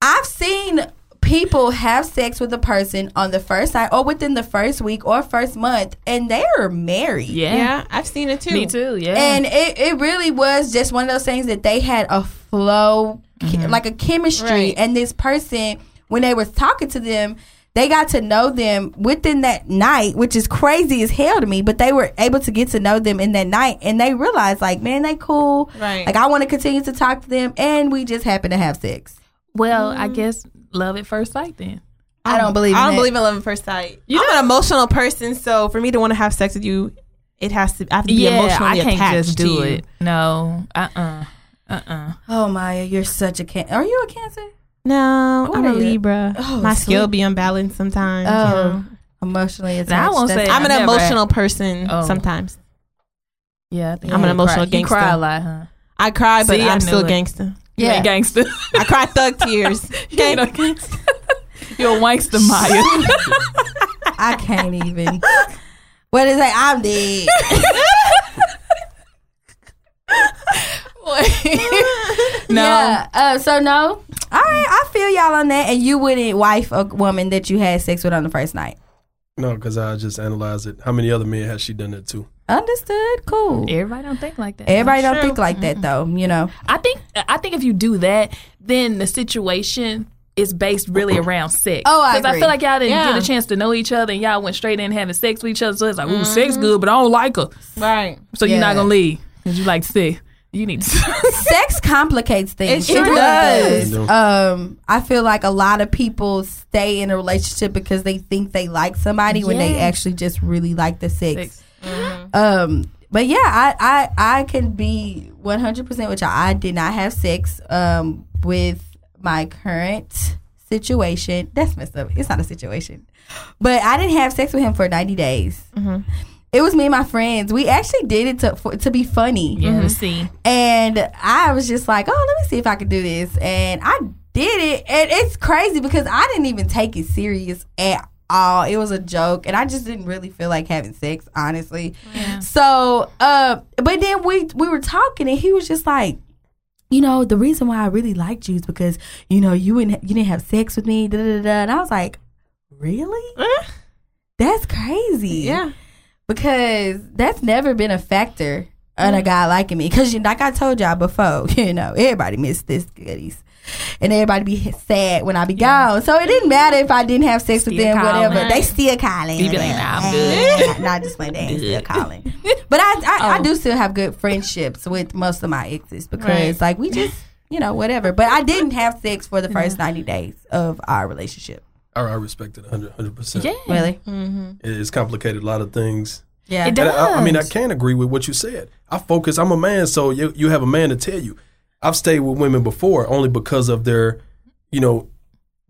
I've seen people have sex with a person on the first night or within the first week or first month and they are married.
yeah.
Yeah, I've seen it too.
Me too. Yeah.
And it, it really was just one of those things that they had a flow, che- like a chemistry.
Right.
And this person, when they was talking to them, they got to know them within that night, which is crazy as hell to me. But they were able to get to know them in that night, and they realized, like, man, they cool.
Right.
Like, I want to continue to talk to them, and we just happen to have sex.
well, I guess love at first sight. Then
I don't believe.
I don't
in that.
believe in love at first sight.
You
I'm an emotional person, so for me to want to have sex with you, it has to. I have to be emotionally
I can't
attached
just
to
do
you.
it. No, uh, uh
Oh Maya, you're such a can. Are you a cancer?
No,
What
I'm
are
a
you?
Libra.
Oh,
My
sweet.
skill be unbalanced sometimes. you know.
Oh, emotionally attached.
won't
That's-
say-
I'm an
I never-
emotional person
Oh.
sometimes.
yeah. I think
I'm an
you
emotional
cry. You cry
gangster.
a lot, huh?
I cry, but
See, I
I'm
knew
still
it.
gangster.
You ain't
Yeah.
gangster.
I cry thug tears.
You ain't no gangster. You're a wankster, Maya.
I can't even. What is that? I'm dead.
no.
Yeah. Uh, so no. All right, I feel y'all on that. And you wouldn't wife a woman that you had sex with on the first night.
No, because I just analyzed it. How many other men has she done that to?
Understood. Cool.
Everybody don't think like that.
Everybody don't think like that though. You know.
I think I think if you do that, then the situation is based really around sex.
Oh, I
I
agree.
feel like y'all didn't
Yeah.
get a chance to know each other, and y'all went straight in having sex with each other. So it's like, ooh, sex
Mm-hmm.
good, but I don't like her,
Right.
so you're
Yeah.
not gonna leave because you like sex. You need to.
sex complicates things.
It sure
really
does.
It do.
Um, I feel like a lot of people stay in a relationship because they think they like somebody when they
Yes.
actually just really like the sex.
Sex.
Um, but yeah, I I I can be one hundred percent with y'all. I did not have sex um with my current situation. That's messed up. It's not a situation, but I didn't have sex with him for ninety days. It was me and my friends. We actually did it to for, to be funny.
Yeah, see,
And I was just like, oh, let me see if I can do this. And I did it. And it's crazy because I didn't even take it serious at all. It was a joke. And I just didn't really feel like having sex, honestly. So, uh, but then we, we were talking and he was just like, you know, the reason why I really liked you is because, you know, you wouldn't, you didn't have sex with me. Da, da, da, da. And I was like, really?
Uh-huh.
That's crazy
Yeah.
because that's never been a factor on
Mm.
a guy liking me. Because you, like I told y'all before, you know, everybody miss this goodies, and everybody be sad when I be gone. So it didn't matter if I didn't have sex with
Still
them, whatever.
calling.
They still calling.
You be like, nah, I'm
good. Not just playing. They ain't still calling. But I, I, I
Oh.
do still have good friendships with most of my exes because,
Right.
like, we just. You know, whatever. But I didn't have sex for the
Mm-hmm.
first 90 days of our relationship. Mm-hmm.
I, I respect it 100 percent.
yeah,
Really?
It's complicated a lot of things.
Yeah.
It
And I, I mean, I
does.
can agree with what you said. I focus. I'm a man, so you you have a man to tell you. I've stayed with women before only because of their, you know,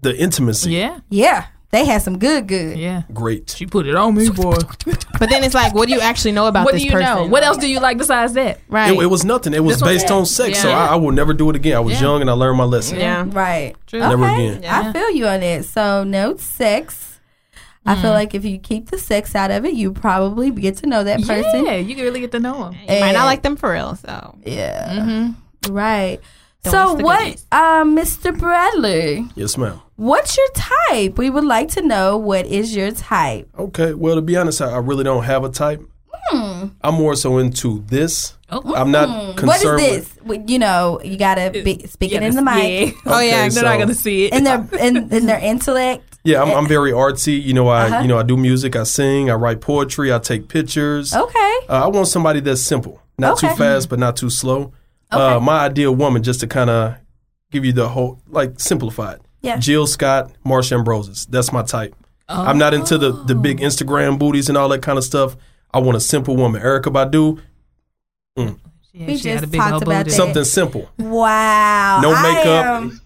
the intimacy.
yeah,
yeah. They had some good, good.
yeah.
Great.
She put it on me, boy.
But then it's like, what do you actually know about
what do
this
you
person?
know? What else do you like besides that?
Right.
It, it was nothing. It was
That's what I'm
based
saying.
on sex, so
Yeah.
I, I will never do it again. I was young and I learned my lesson.
yeah.
Right.
True.
Never again.
I feel you on it. So note six. I
Mm.
feel like if you keep the sex out of it, you probably get to know that person.
Mm-hmm.
Yeah, you can really get to know him.
You might
And-
not like them for real. So
Yeah. Right.
Don't
so
waste the
what,
goodies.
um, Mr. Bradley?
Yes, ma'am.
What's your type? We would like to know what is your type.
Okay. Well, to be honest, I, I really don't have a type. I'm more so into this.
Oh.
I'm not
What is
concerned with.
this? We- You know, you gotta be speaking in the mic,
Yeah.
Oh, yeah,
Okay,
They're not
so-
gonna see it.
and their and, and their intellect.
Yeah, I'm, I'm very artsy. You know, I
Eh. Uh-huh.
you know I do music, I sing, I write poetry, I take pictures.
Okay.
Uh, I want somebody that's simple, not
Oh. Okay.
too fast, but not too slow. Uh, my ideal woman, just to kind of give you the whole like simplify it.
Yeah.
Jill Scott, Marsha Ambrosius. That's my type. I'm not into the the
Oh.
big Instagram booties and all that kind of stuff. I want a simple woman, Erica Badu.
Yeah,
We
she had
just
a big
talked
old
about
booty.
that.
Something simple,
Wow.
no
I
makeup.
am-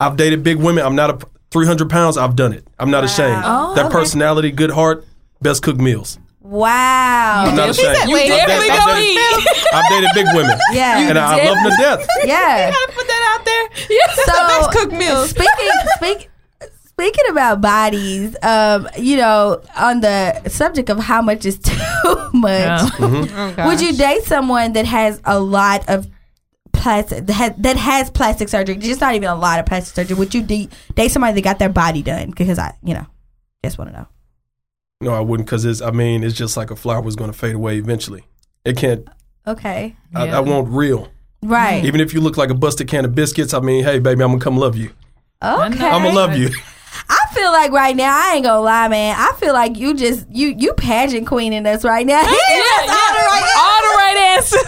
I've dated big women. I'm not a 300 pounds. I've done it. I'm not ashamed.
Oh,
that
okay.
personality, good heart, best cooked meals. I'm
wow.
not
He
ashamed.
said, You wait,
I've
definitely
dated-
don't
I've dated-
eat.
I've dated big women.
Yeah. You
and I, I love them to death.
Yeah.
put that out there. Yeah.
So-
best cooked meals.
speaking speak, speaking about bodies, um, you know, on the subject of how much is too much,
No.
Mm-hmm.
would you date someone that has a lot of plastic that has, that has plastic surgery? Just not even a lot of plastic surgery. Would you de- date somebody that got their body done? Because I, you know, just want to know.
No, I wouldn't, because it's. I mean, it's just like a flower is going to fade away eventually. It can't.
Okay, Mm.
I,
Yeah.
I want real.
right?
Even if you look like a busted can of biscuits, I mean, hey, baby, I'm gonna come love you.
Okay,
I'm gonna love you.
I feel like right now, I ain't gonna lie, man. I feel like you just you you pageant queening us right now.
Yeah, yeah. All the right answers.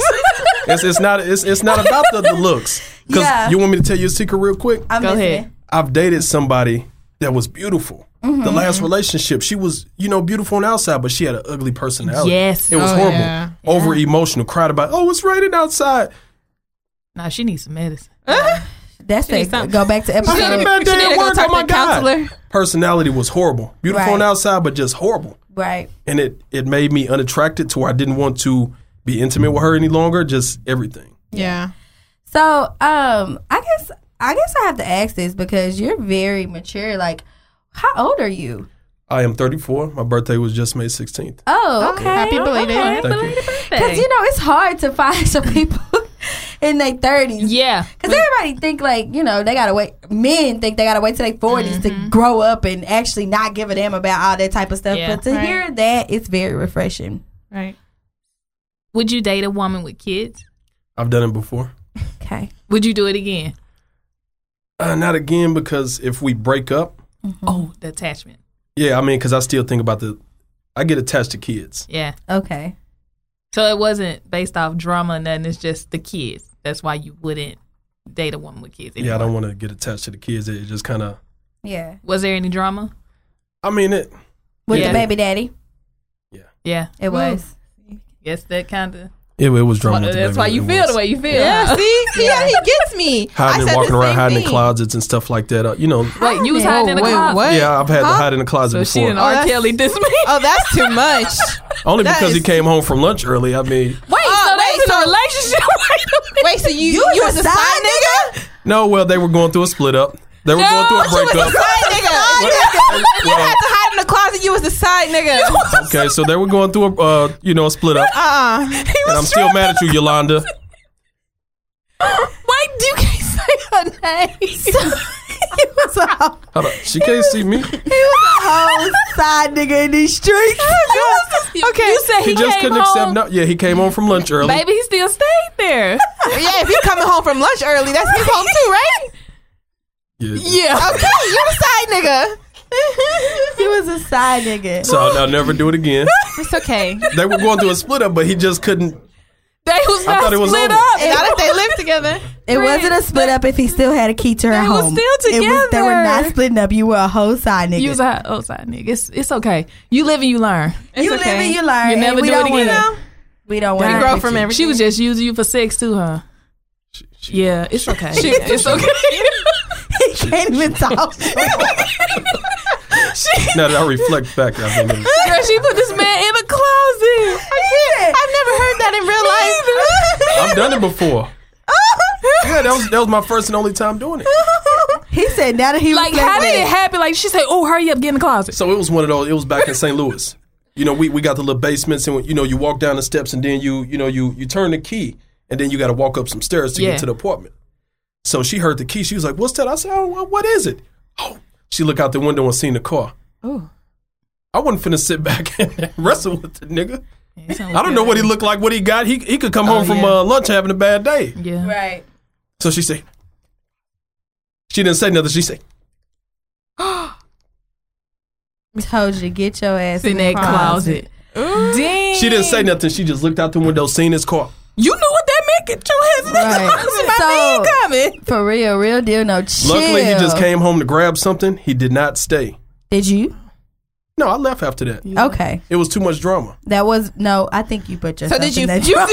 It's, it's not. It's, it's not about the, the looks. Because
Yeah.
you want me to tell you a secret real quick.
I'm
Go
listening.
ahead.
I've dated somebody that was beautiful. The last relationship, she was, you know, beautiful on the outside, but she had an ugly personality.
Yes.
It was
Oh,
horrible.
yeah.
Over emotional, cried about, oh, it's raining outside.
Nah, she needs some medicine.
That's
need
it.
something.
Go back to
Should've
episode
been
she
there
need
at
to go
work.
talk
Oh my
to the
God.
counselor.
Personality was horrible. Beautiful on
Right.
the outside, but just horrible.
right.
And it, it made me unattracted to where I didn't want to be intimate with her any longer, just everything.
Yeah.
So, um, I guess I guess I have to ask this because you're very mature. Like, how old are you?
I am 34. My birthday was just May 16th.
Oh, okay.
Happy
Okay,
belated.
Thank you.
belated
Because
birthday.
you know it's hard to find some people in their thirties.
yeah.
Cause everybody think like you know they gotta wait. Men think they gotta wait till they 40s
Mm-hmm.
to grow up and actually not give a damn about all that type of stuff.
Yeah.
But to
Right.
hear that, it's very refreshing.
Right.
Would you date a woman with kids?
I've done it before.
Okay.
Would you do it again?
Uh, not again because if we break up,
Mm-hmm.
Oh, the attachment.
yeah, I mean, because I still think about the, I get attached to kids.
Yeah.
Okay.
So it wasn't based off drama and nothing. It's just the kids. That's why you wouldn't date a woman with kids.
Yeah, I
anymore.
don't want to get attached to the kids. It just kind of,
Yeah.
Was there any drama?
I mean, it.
With
Yeah.
the baby daddy,
Yeah.
it was.
Yes, that kind of.
It, it was drama. with the
That's
baby
why you
it
feel
was.
the way you feel.
Yeah. See, see how he gets me. I
Hiding
said
and
the
walking around,
same
hiding in
thing.
closets and stuff like that. Uh, you know,
Wait, you was
Whoa,
hiding in the
wait,
closet.
what?
yeah, I've had
Huh?
to hide in the closet
So she
before.
and R.
that's-
Kelly this me.
Oh, that's too much.
Only
that
because he
is-
came home from lunch early. I mean,
Wait,
Oh,
so
wait,
that's in
so-
a relationship. Wait a minute.
Wait, so you you, was a side nigga?
no, well, they were going through a split up. They were
No,
going
she
through a breakup.
Side nigga. You had, to, you had to hide in the closet. You was a side nigga.
Okay, so they were going through a uh, you know a split up,
Uh,
and I'm still mad at you, Yolanda.
Wait, you can't say her name.
He was a whole,
Hold up, She can't see me.
he was a whole side nigga in these streets.
okay, you said he,
He just
came
couldn't accept.
home.
No, yeah, he came home from lunch early.
Baby, he still stayed there.
yeah, if he coming home from lunch early, that's his home too, right?
Yeah.
yeah.
Okay, you a side nigga.
he was a side nigga.
So I'll, I'll never do it again.
It's okay. And
They were going through a split up, but he just couldn't.
They was
I
not
thought it was
split
over.
up.
not if they live together.
It wasn't a split up if he still had a key to her
They were
home.
still
It was- they were not
together.
splitting up. You were a whole side nigga.
You was a hot outside nigga. It's, it's okay. You live and you learn.
You
It's okay.
live and you learn.
You
and
never
we
do it
don't
again.
wanna- We don't want
You
to
grow from everything.
She was just using you for sex too, huh? yeah, it's okay. it's okay.
He can't even talk.
Now that I reflect back, I mean,
Girl, she put this man in a closet.
I've never heard that in real life.
I've done it before. Yeah, that was that was my first and only time doing it.
he said now that he
Like,
was
how did it happen? Like, she said, "Oh, hurry up, get in the closet."
So it was one of those. It was back in St. Louis. You know, we, we got the little basements, and you know, you walk down the steps, and then you you know you you turn the key, and then you got to walk up some stairs to
Yeah.
get to the apartment. So she heard the key. She was like, "What's that?" I said, "Oh, what- what is it?" Oh, she looked out the window and seen the car.
Ooh.
I wasn't finna sit back and wrestle with the nigga. I don't know what he looked like, what he got. He he could come home from
yeah.
uh, lunch having a bad day.
Yeah.
Right.
So she said, she didn't say nothing. She said,
Told you to get your ass
in that closet. Damn.
she didn't say nothing. She just looked out the window, seen his car.
You knew what that meant. Get your ass in
Right.
the closet. My
So-
Oh.
man coming.
For real, real deal. No chill.
Luckily, he just came home to grab something. He did not stay.
Did you?
No, I left after that.
Okay.
It was too much drama.
That was no. I think you put yourself.
So did
in
you?
that
You did.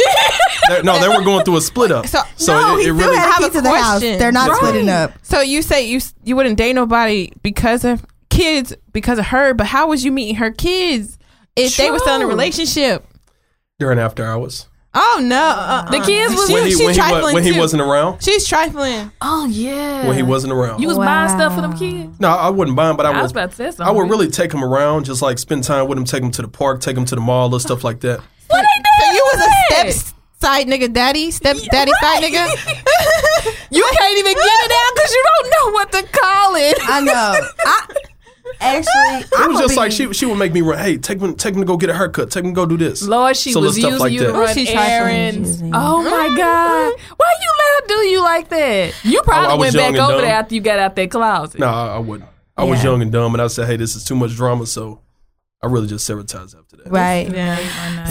They- no, they were going through a split up.
So-
no, he
it, it
still
really.
had
I
a
have
key
a
to the house.
question.
They're not
Right.
splitting up.
So you say you s- you wouldn't date nobody because of kids because of her, but how was you meeting her kids if they were still in a
True.
relationship?
during after hours,
Oh no, uh-uh.
The kids was-
she,
when he
she
when he, wa-
trifling
when
too.
he wasn't around,
She's trifling.
Oh yeah.
when he wasn't around.
You was
Wow.
buying stuff for them kids.
no, I wouldn't mind, but I,
I was
would.
about to say something.
I would really take him around, just like spend time with him, take him to the park, take him to the mall, or stuff like that.
What they
So
doing?
you was
What?
a step side nigga, daddy, step daddy side nigga.
You can't even get it out because you don't know what to call it.
I know. I actually.
It
I'm
was
gonna
just
be-
like she she would make me run. Hey, take him take him to go get a haircut. Take him to go do this.
Lord, she
So
was
little
using
stuff like
you
that.
to run
She trifling,
errands.
using you.
Oh my God! Why you let her do you like that? You probably
I- I
went
was
back
young and
over
dumb.
there after you got out that closet.
No, I, I wouldn't. I was
Yeah.
young and dumb, and I said, hey, this is too much drama, so I really just severed ties after that.
Right.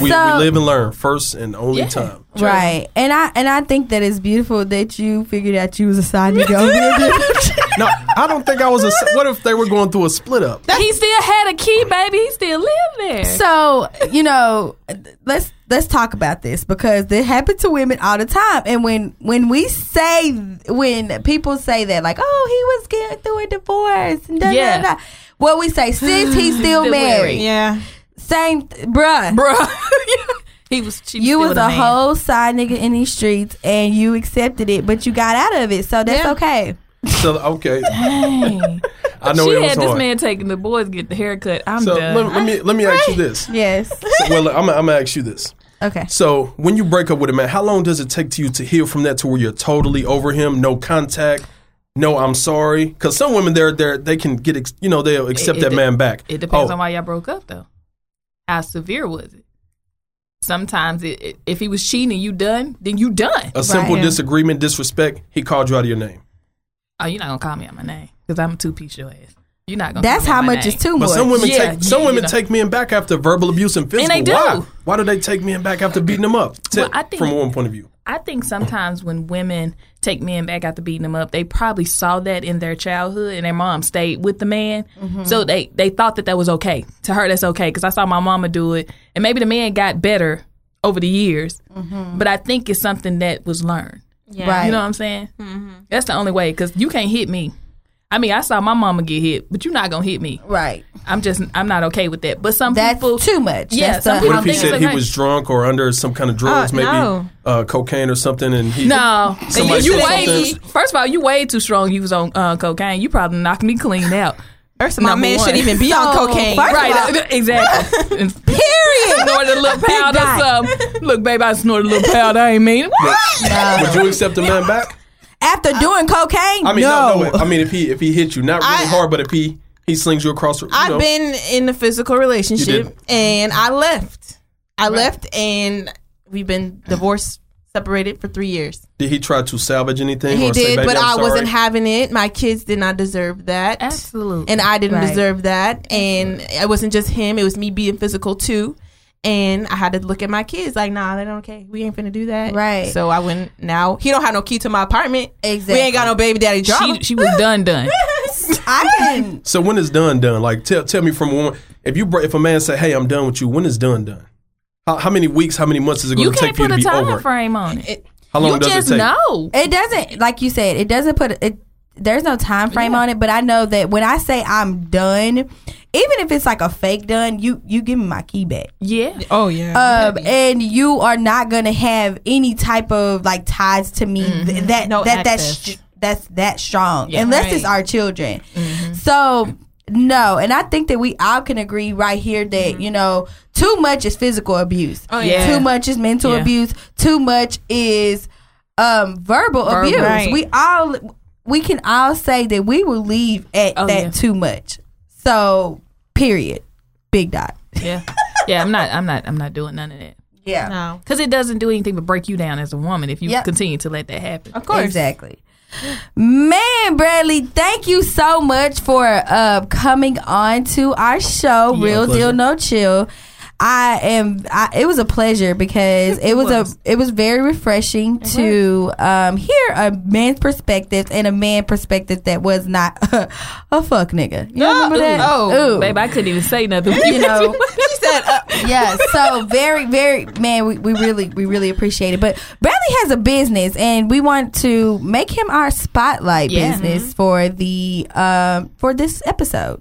We,
So-
we live and learn first and only
Yeah.
time.
Right. And I and I think that it's beautiful that you figured out you was a side nigga. over there.
No, I don't think I was. A, what if they were going through a split up?
he still had a key, baby. He still lived there.
so, you know, let's let's talk about this because it happens to women all the time. And when when we say when people say that like, "Oh, he was getting through a divorce." And da,
Yeah.
da, da. Well, we say, "Sis, he's still
Still
married."
married.
yeah.
Same th- bruh.
Bruh. he was. She
You
still
was
the
a
man.
whole side nigga in these streets and you accepted it, but you got out of it. So that's
Yeah.
okay.
So okay,
Dang.
I know
she
it was
had this
hard.
man taking the boys get the haircut. I'm
so
done.
let, let me let me ask you this.
Yes.
So, well, I'm, I'm gonna ask you this.
Okay.
So when you break up with a man, how long does it take to you to heal from that to where you're totally over him, no contact, no I'm sorry? Because some women they're they they can get ex- you know they'll accept
it
that
de-
man back.
It depends
Oh,
on why y'all broke up, though. How severe was it? Sometimes, it, it- if he was cheating, and you done, then you done.
a simple
Right.
disagreement, disrespect. He called you out of your name.
Oh, you're not gonna call me out my name because I'm a two piece your ass. You're not gonna.
That's
call me
how
out my
much
name.
is too
But
much.
some women
Yeah,
take some
yeah, you
women
know.
take men back after verbal abuse and physical.
they do.
Why? Why do they take men back after beating them up?
Well,
Tip
I think-
from a woman point of view.
I think sometimes when women take men back after beating them up, they probably saw that in their childhood and their mom stayed with the man.
Mm-hmm.
So they, they thought that that was okay. To her, that's okay because I saw my mama do it. And maybe the man got better over the years.
Mm-hmm.
But I think it's something that was learned.
Right. Mm-hmm.
You know what I'm saying? That's the only way because you can't hit me. I mean, I saw my mama get hit, but you're not going to hit me.
Right.
I'm just, I'm not okay with that. But some
That's
people.
too much.
Yeah,
That's
some
the-
people
What
I
if he
think
said
it's
he
okay.
was drunk or under some kind of drugs,
Oh,
maybe
no.
uh, cocaine or something, and he
No, you,
Somebody
you
said
way
something.
too, first of all, you way too strong. You was on uh, cocaine. You probably knocked me clean out.
First of all,
Number
men
one.
shouldn't even be on
So,
cocaine.
first-
Right,
of
uh, exactly. Period. Snorted a little pound or
guy.
something. Look, babe, I snorted a little pound. I ain't mean it.
would you accept a man back?
After doing cocaine,
I mean,
no.
no, no. I mean, if he if he hit you, not really
I-
hard, but if he he slings you across the, you
I've
know,
been in a physical
You
relationship
did.
and I left. I left and we've been divorced, separated for three years.
did he try to salvage anything?
He
or say,
did,
"Baby,
but
I'm
I
sorry"?
wasn't having it. My kids did not deserve that.
Absolutely.
And I didn't
Right.
deserve that. And it wasn't just him, it was me being physical too. And I had to look at my kids like, nah, they don't okay. We ain't finna do that.
Right.
So I went now. He don't have no key to my apartment.
Exactly.
We ain't got no baby daddy drama.
she, she was done, done.
I can.
So when is done done? Like tell tell me from a woman if you br- if a man say, "Hey, I'm done with you," when is done done? How, how many weeks? How many months is it
You
going to
can't
take for you
put
to
a
be
time
over? it?
frame on it.
How long
you
does
just
it take?
know.
It doesn't, like you said, it doesn't put it. There's no time frame on it, but I know that when I say I'm done, even if it's like a fake done, you you give me my key back.
Yeah.
oh yeah.
um, and you are not gonna have any type of like ties to me th- that
Mm-hmm. No
that that's
access.
str- that's that strong unless it's
Right. Mm-hmm.
our children. So no, and I think that we all can agree right here that you know too much is physical abuse.
Mm-hmm. Oh, yeah.
too much is mental
Yeah.
abuse. Too much is um, verbal,
Verbal.
abuse.
Right.
We all we can all say that we will leave at
Oh,
that
yeah.
too much. So period, big dot.
Yeah. Yeah, I'm not I'm not I'm not doing none of that.
Yeah.
no.
Cuz it doesn't do anything but break you down as a woman if you
Yep.
continue to let that happen.
Of course.
Exactly. Man, Bradley, thank you so much for uh, coming on to our show, Real
pleasure.
Deal No Chill. I am. I, it was a pleasure because it was,
was.
a. It was very refreshing to um, hear a man's perspective and a man perspective that was not a fuck nigga. You remember
Ooh.
that?
Oh,
Ooh.
babe, I couldn't even say nothing.
You know.
She said uh,
yeah, so very, very man, we, we really we really appreciate it. But Bradley has a business and we want to make him our spotlight
Yeah.
business for the um for this episode.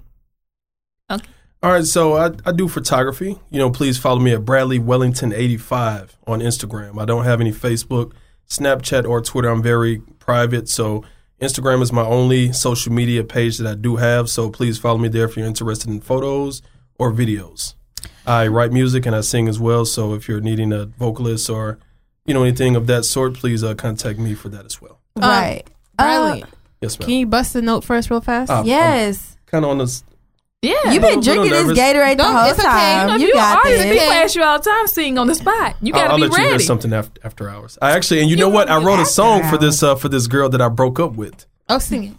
All right, so I, I do photography. You know, please follow me at Bradley Wellington eighty five on Instagram. I don't have any Facebook, Snapchat, or Twitter. I'm very private, so Instagram is my only social media page that I do have. So please follow me there if you're interested in photos or videos. I write music and I sing as well. So if you're needing a vocalist or you know anything of that sort, please uh, contact me for that as well.
right.
Riley,
Uh,
Yes, ma'am.
can you bust a note for us real fast?
Uh, I'm-
Um, yes.
Kind of on this.
yeah.
You've
a
been
little-
drinking
little
this Gatorade the
Don't-
whole
it's okay.
time.
If
You,
you
got
artist,
this.
we flash you all the time singing on the spot. You
I'll,
gotta
I'll
be
let you hear
ready.
something after, after hours. I actually, and you know what? I wrote a song for this uh, for this girl that I broke up with.
oh, sing it.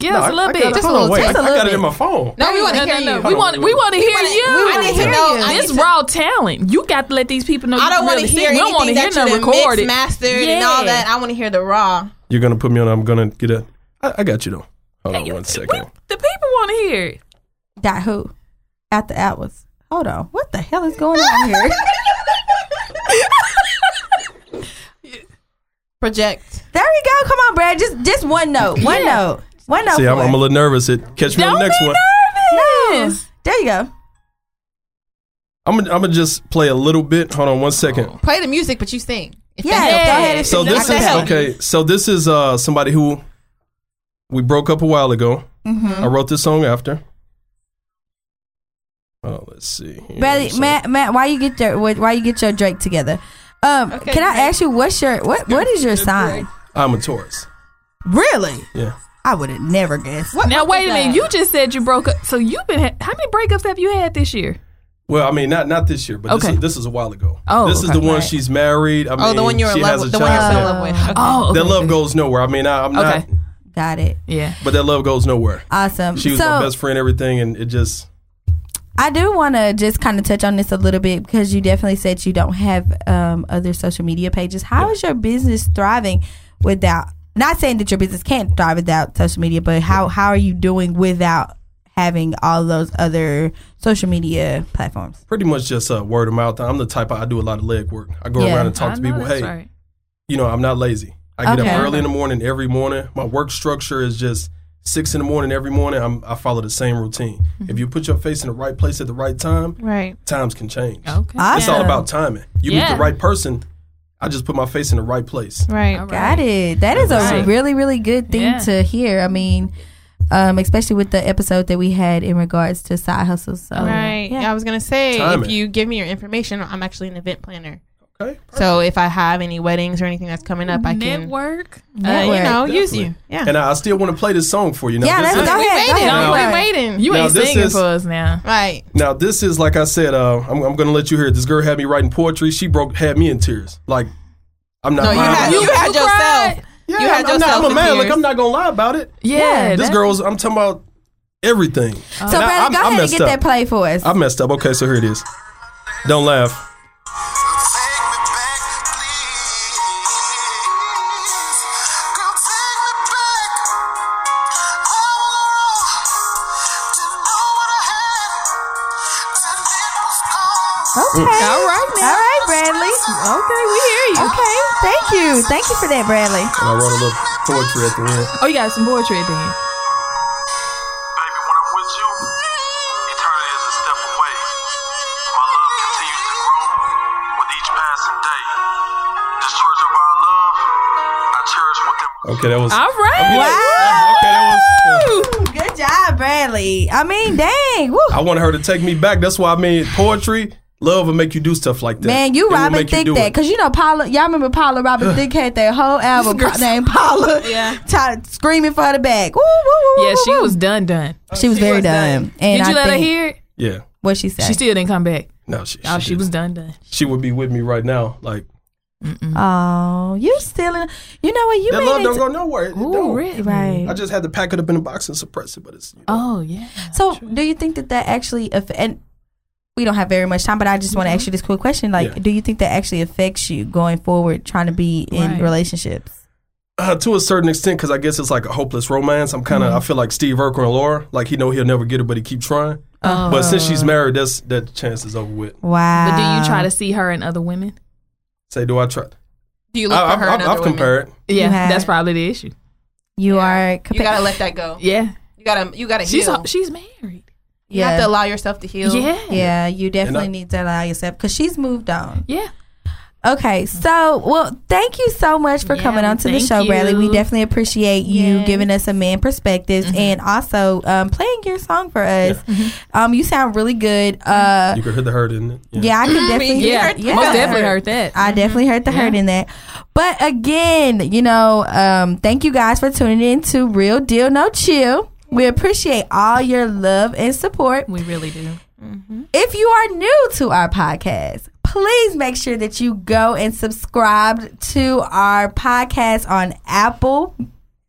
Give us
I-
a little
I
bit.
got-
Just
hold on, wait, I,
taste, Oh, a
I
little
got it
bit.
in my phone.
No, we want to
no,
hear
no,
you.
no. We
Hold
want
on,
we want to hear you.
we wanna hear you. I
This
need to-
raw talent. You got to let these people know.
I don't
want to
hear
We
anything
don't wanna
that
hear
you
nothing
done mixed,
recorded.
mastered, and all
Yeah.
that. I want to hear the raw.
You're gonna put me on. I'm gonna get a. I, I got you though. Hold on one second.
The people want to hear it.
Dot who? After hours. Hold on. What the hell is going on here?
Project.
there we go. Come on, Brad. Just just one note. One
Yeah.
note. One note.
See, I'm,
for
I'm a
us.
little nervous. It catch me on
Don't
the next
be
one.
nervous.
There you go.
I'm gonna I'm gonna just play a little bit. Hold on one
Oh.
second.
Play the music, but you sing. If
Yeah.
that helps.
Go ahead and
So
sing
this
that.
is okay. So this is uh somebody who we broke up a while ago.
Mm-hmm.
I wrote this song after. Oh, let's see. here.
Bradley,
So-
Matt, Matt, why you get your why you get your Drake together? Um,
Okay,
can I
Drake.
ask you what's your what what is your sign?
I'm a Taurus.
Really?
Yeah.
I would have never guessed.
now
what
wait
is
a
that?
minute. You just said you broke up. So you've been ha- how many breakups have you had this year?
Well, I mean, not not this year, but this,
Okay.
is, this is a while ago.
Oh,
this is
okay.
the one
Right.
she's married. I
Oh,
mean,
the one you're
she
in
has
love
a
with. The one you're
child.
still in love with. Okay.
Oh,
That
okay.
love goes nowhere. I mean, I, I'm not,
Okay.
Got it.
Yeah.
but that love goes nowhere.
Awesome.
She was
so
my best friend, everything, and it just
I do want to just kind of touch on this a little bit because you definitely said you don't have um, other social media pages. How is your business thriving without? Not saying that your business can't thrive without social media, but how how are you doing without having all those other social media platforms?
pretty much just uh, word of mouth. I'm the type of, I do a lot of leg work. I go
Yeah.
around and talk
I
to
know
people.
that's
Hey,
right.
you know, I'm not lazy. I get
Okay.
up early in the morning every morning. My work structure is just six in the morning every morning. I'm, I follow the same routine.
Mm-hmm.
If you put your face in the right place at the right time,
Right.
times can change.
Okay.
Awesome.
It's all about timing. You meet
Yeah.
the right person. I just put my face in the right place.
Right.
All right.
Got it. That is a
Right.
really, really good thing
Yeah.
to hear. I mean, um, especially with the episode that we had in regards to side hustles.
Oh.
So,
Right.
Yeah.
I was gonna say
Time
if
it.
you give me your information, I'm actually an event planner.
Okay.
So if I have any weddings or anything that's coming up, I can
Network.
uh, you
Network.
know use
Definitely.
you. Yeah.
And I, I still want to play this song for you. Now,
Yeah,
this
let's
is,
go
we
ahead.
waited.
Go
No.
ahead.
We waiting.
You
Now,
ain't
this
singing
is-
for us now.
right.
now this is like I said. Uh, I'm, I'm going to let you hear it. This girl had me writing poetry. She broke had me in tears. Like I'm not.
No, you
lying.
had
You-
you, had
you
yourself.
cried?
yeah,
you had
I'm, I'm not,
yourself
I'm a
in
man. Like
tears.
I'm not going to lie about it.
Yeah.
This
that-
girl's. I'm talking about everything.
So,
Now,
Bradley,
I'm-
go
I
ahead and
messed
get
up. Uh,
that play for us.
I messed up. Okay, so here it is. Don't laugh.
Take me back, please. Girl, take me back. I wanna roll to know what I had till it was
Okay.
gone.
All right. All right, Bradley. Okay, we hear you. Okay. Thank you. Thank you for that, Bradley.
And I wrote a little poetry at the end.
Oh, you got some poetry at the end.
Baby, when I'm with you, eternity is a step away. My love continues to grow with each passing day. This treasure of our love, I cherish within my
Okay, that was.
All right.
Wow.
Okay, that was. yeah.
Good job, Bradley. I mean, dang. Woo.
I wanted her to take me back. That's why I mean poetry, love will make you do stuff like that.
Man, you
It will
Robin
make you
Thicke
do
that
it.
because you know Paula. Y'all remember Paula Robin Thicke had that whole album pro- named Paula, yeah, screaming for the bag. Woo, woo, woo,
Yeah,
woo,
she
woo.
was done, done.
She was very done. And
Did you
I
let her
think-
hear it?
Yeah.
what she said?
She still didn't come back.
No, she.
Oh, she
did.
was done, done.
She would be with me right now. Like
oh, you still in? You know what? You
that
made
love
it
don't
to-
go nowhere. It
Oh,
don't.
right.
I just had to pack it up in a box and suppress it, but it's. you know.
Oh, yeah.
So, do you think that that actually aff- and we don't have very much time, but I just want to ask you this quick question: Like,
Yeah.
do you think that actually affects you going forward, trying to be in
Right.
relationships?
Uh, to a certain extent, because I guess it's like a hopeless romance. I'm kind of.
Mm-hmm.
I feel like Steve Urkel and Laura. Like he know he'll never get it, but he keep trying. but since
Uh.
she's married, that's that chance is over with.
Wow.
Oh. But do you try to see her and other women?
Say, do I try?
Do you look
I,
for her?
I've,
and other
I've
women?
compared.
Yeah,
have.
that's probably the issue.
You are.
You gotta let that go.
Yeah,
You gotta you gotta
she's
heal.
she's married.
you have to allow yourself to heal.
Yeah,
yeah, you definitely
I-
need to allow yourself because she's moved on.
yeah.
Okay, so well, thank you so much for
Yeah,
coming on to the
thank
show, Bradley. We
you.
definitely appreciate you
Yes. Mm-hmm.
giving us some man perspectives and also um, playing your song for us. Um, you sound really good. Uh,
You could hear the hurt in it.
yeah, I can definitely.
Yeah,
hear- yeah.
most definitely heard that.
I definitely heard the hurt in that. But again, you know, um, thank you guys for tuning in to Real Deal No Chill. We appreciate all your love and support.
we really do.
If you are new to our podcast, please make sure that you go and subscribe to our podcast on Apple,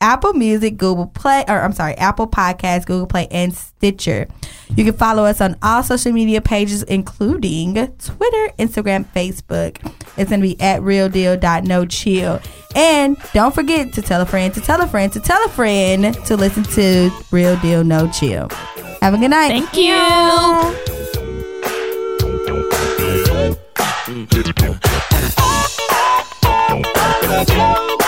Apple Music, Google Play, or I'm sorry, Apple Podcasts, Google Play, and Stitcher. You can follow us on all social media pages, including Twitter, Instagram, Facebook. It's going to be at realdeal.nochill. And don't forget to tell a friend, to tell a friend, to tell a friend to listen to Real Deal No Chill. Have a good night.
Thank you.
Thank you.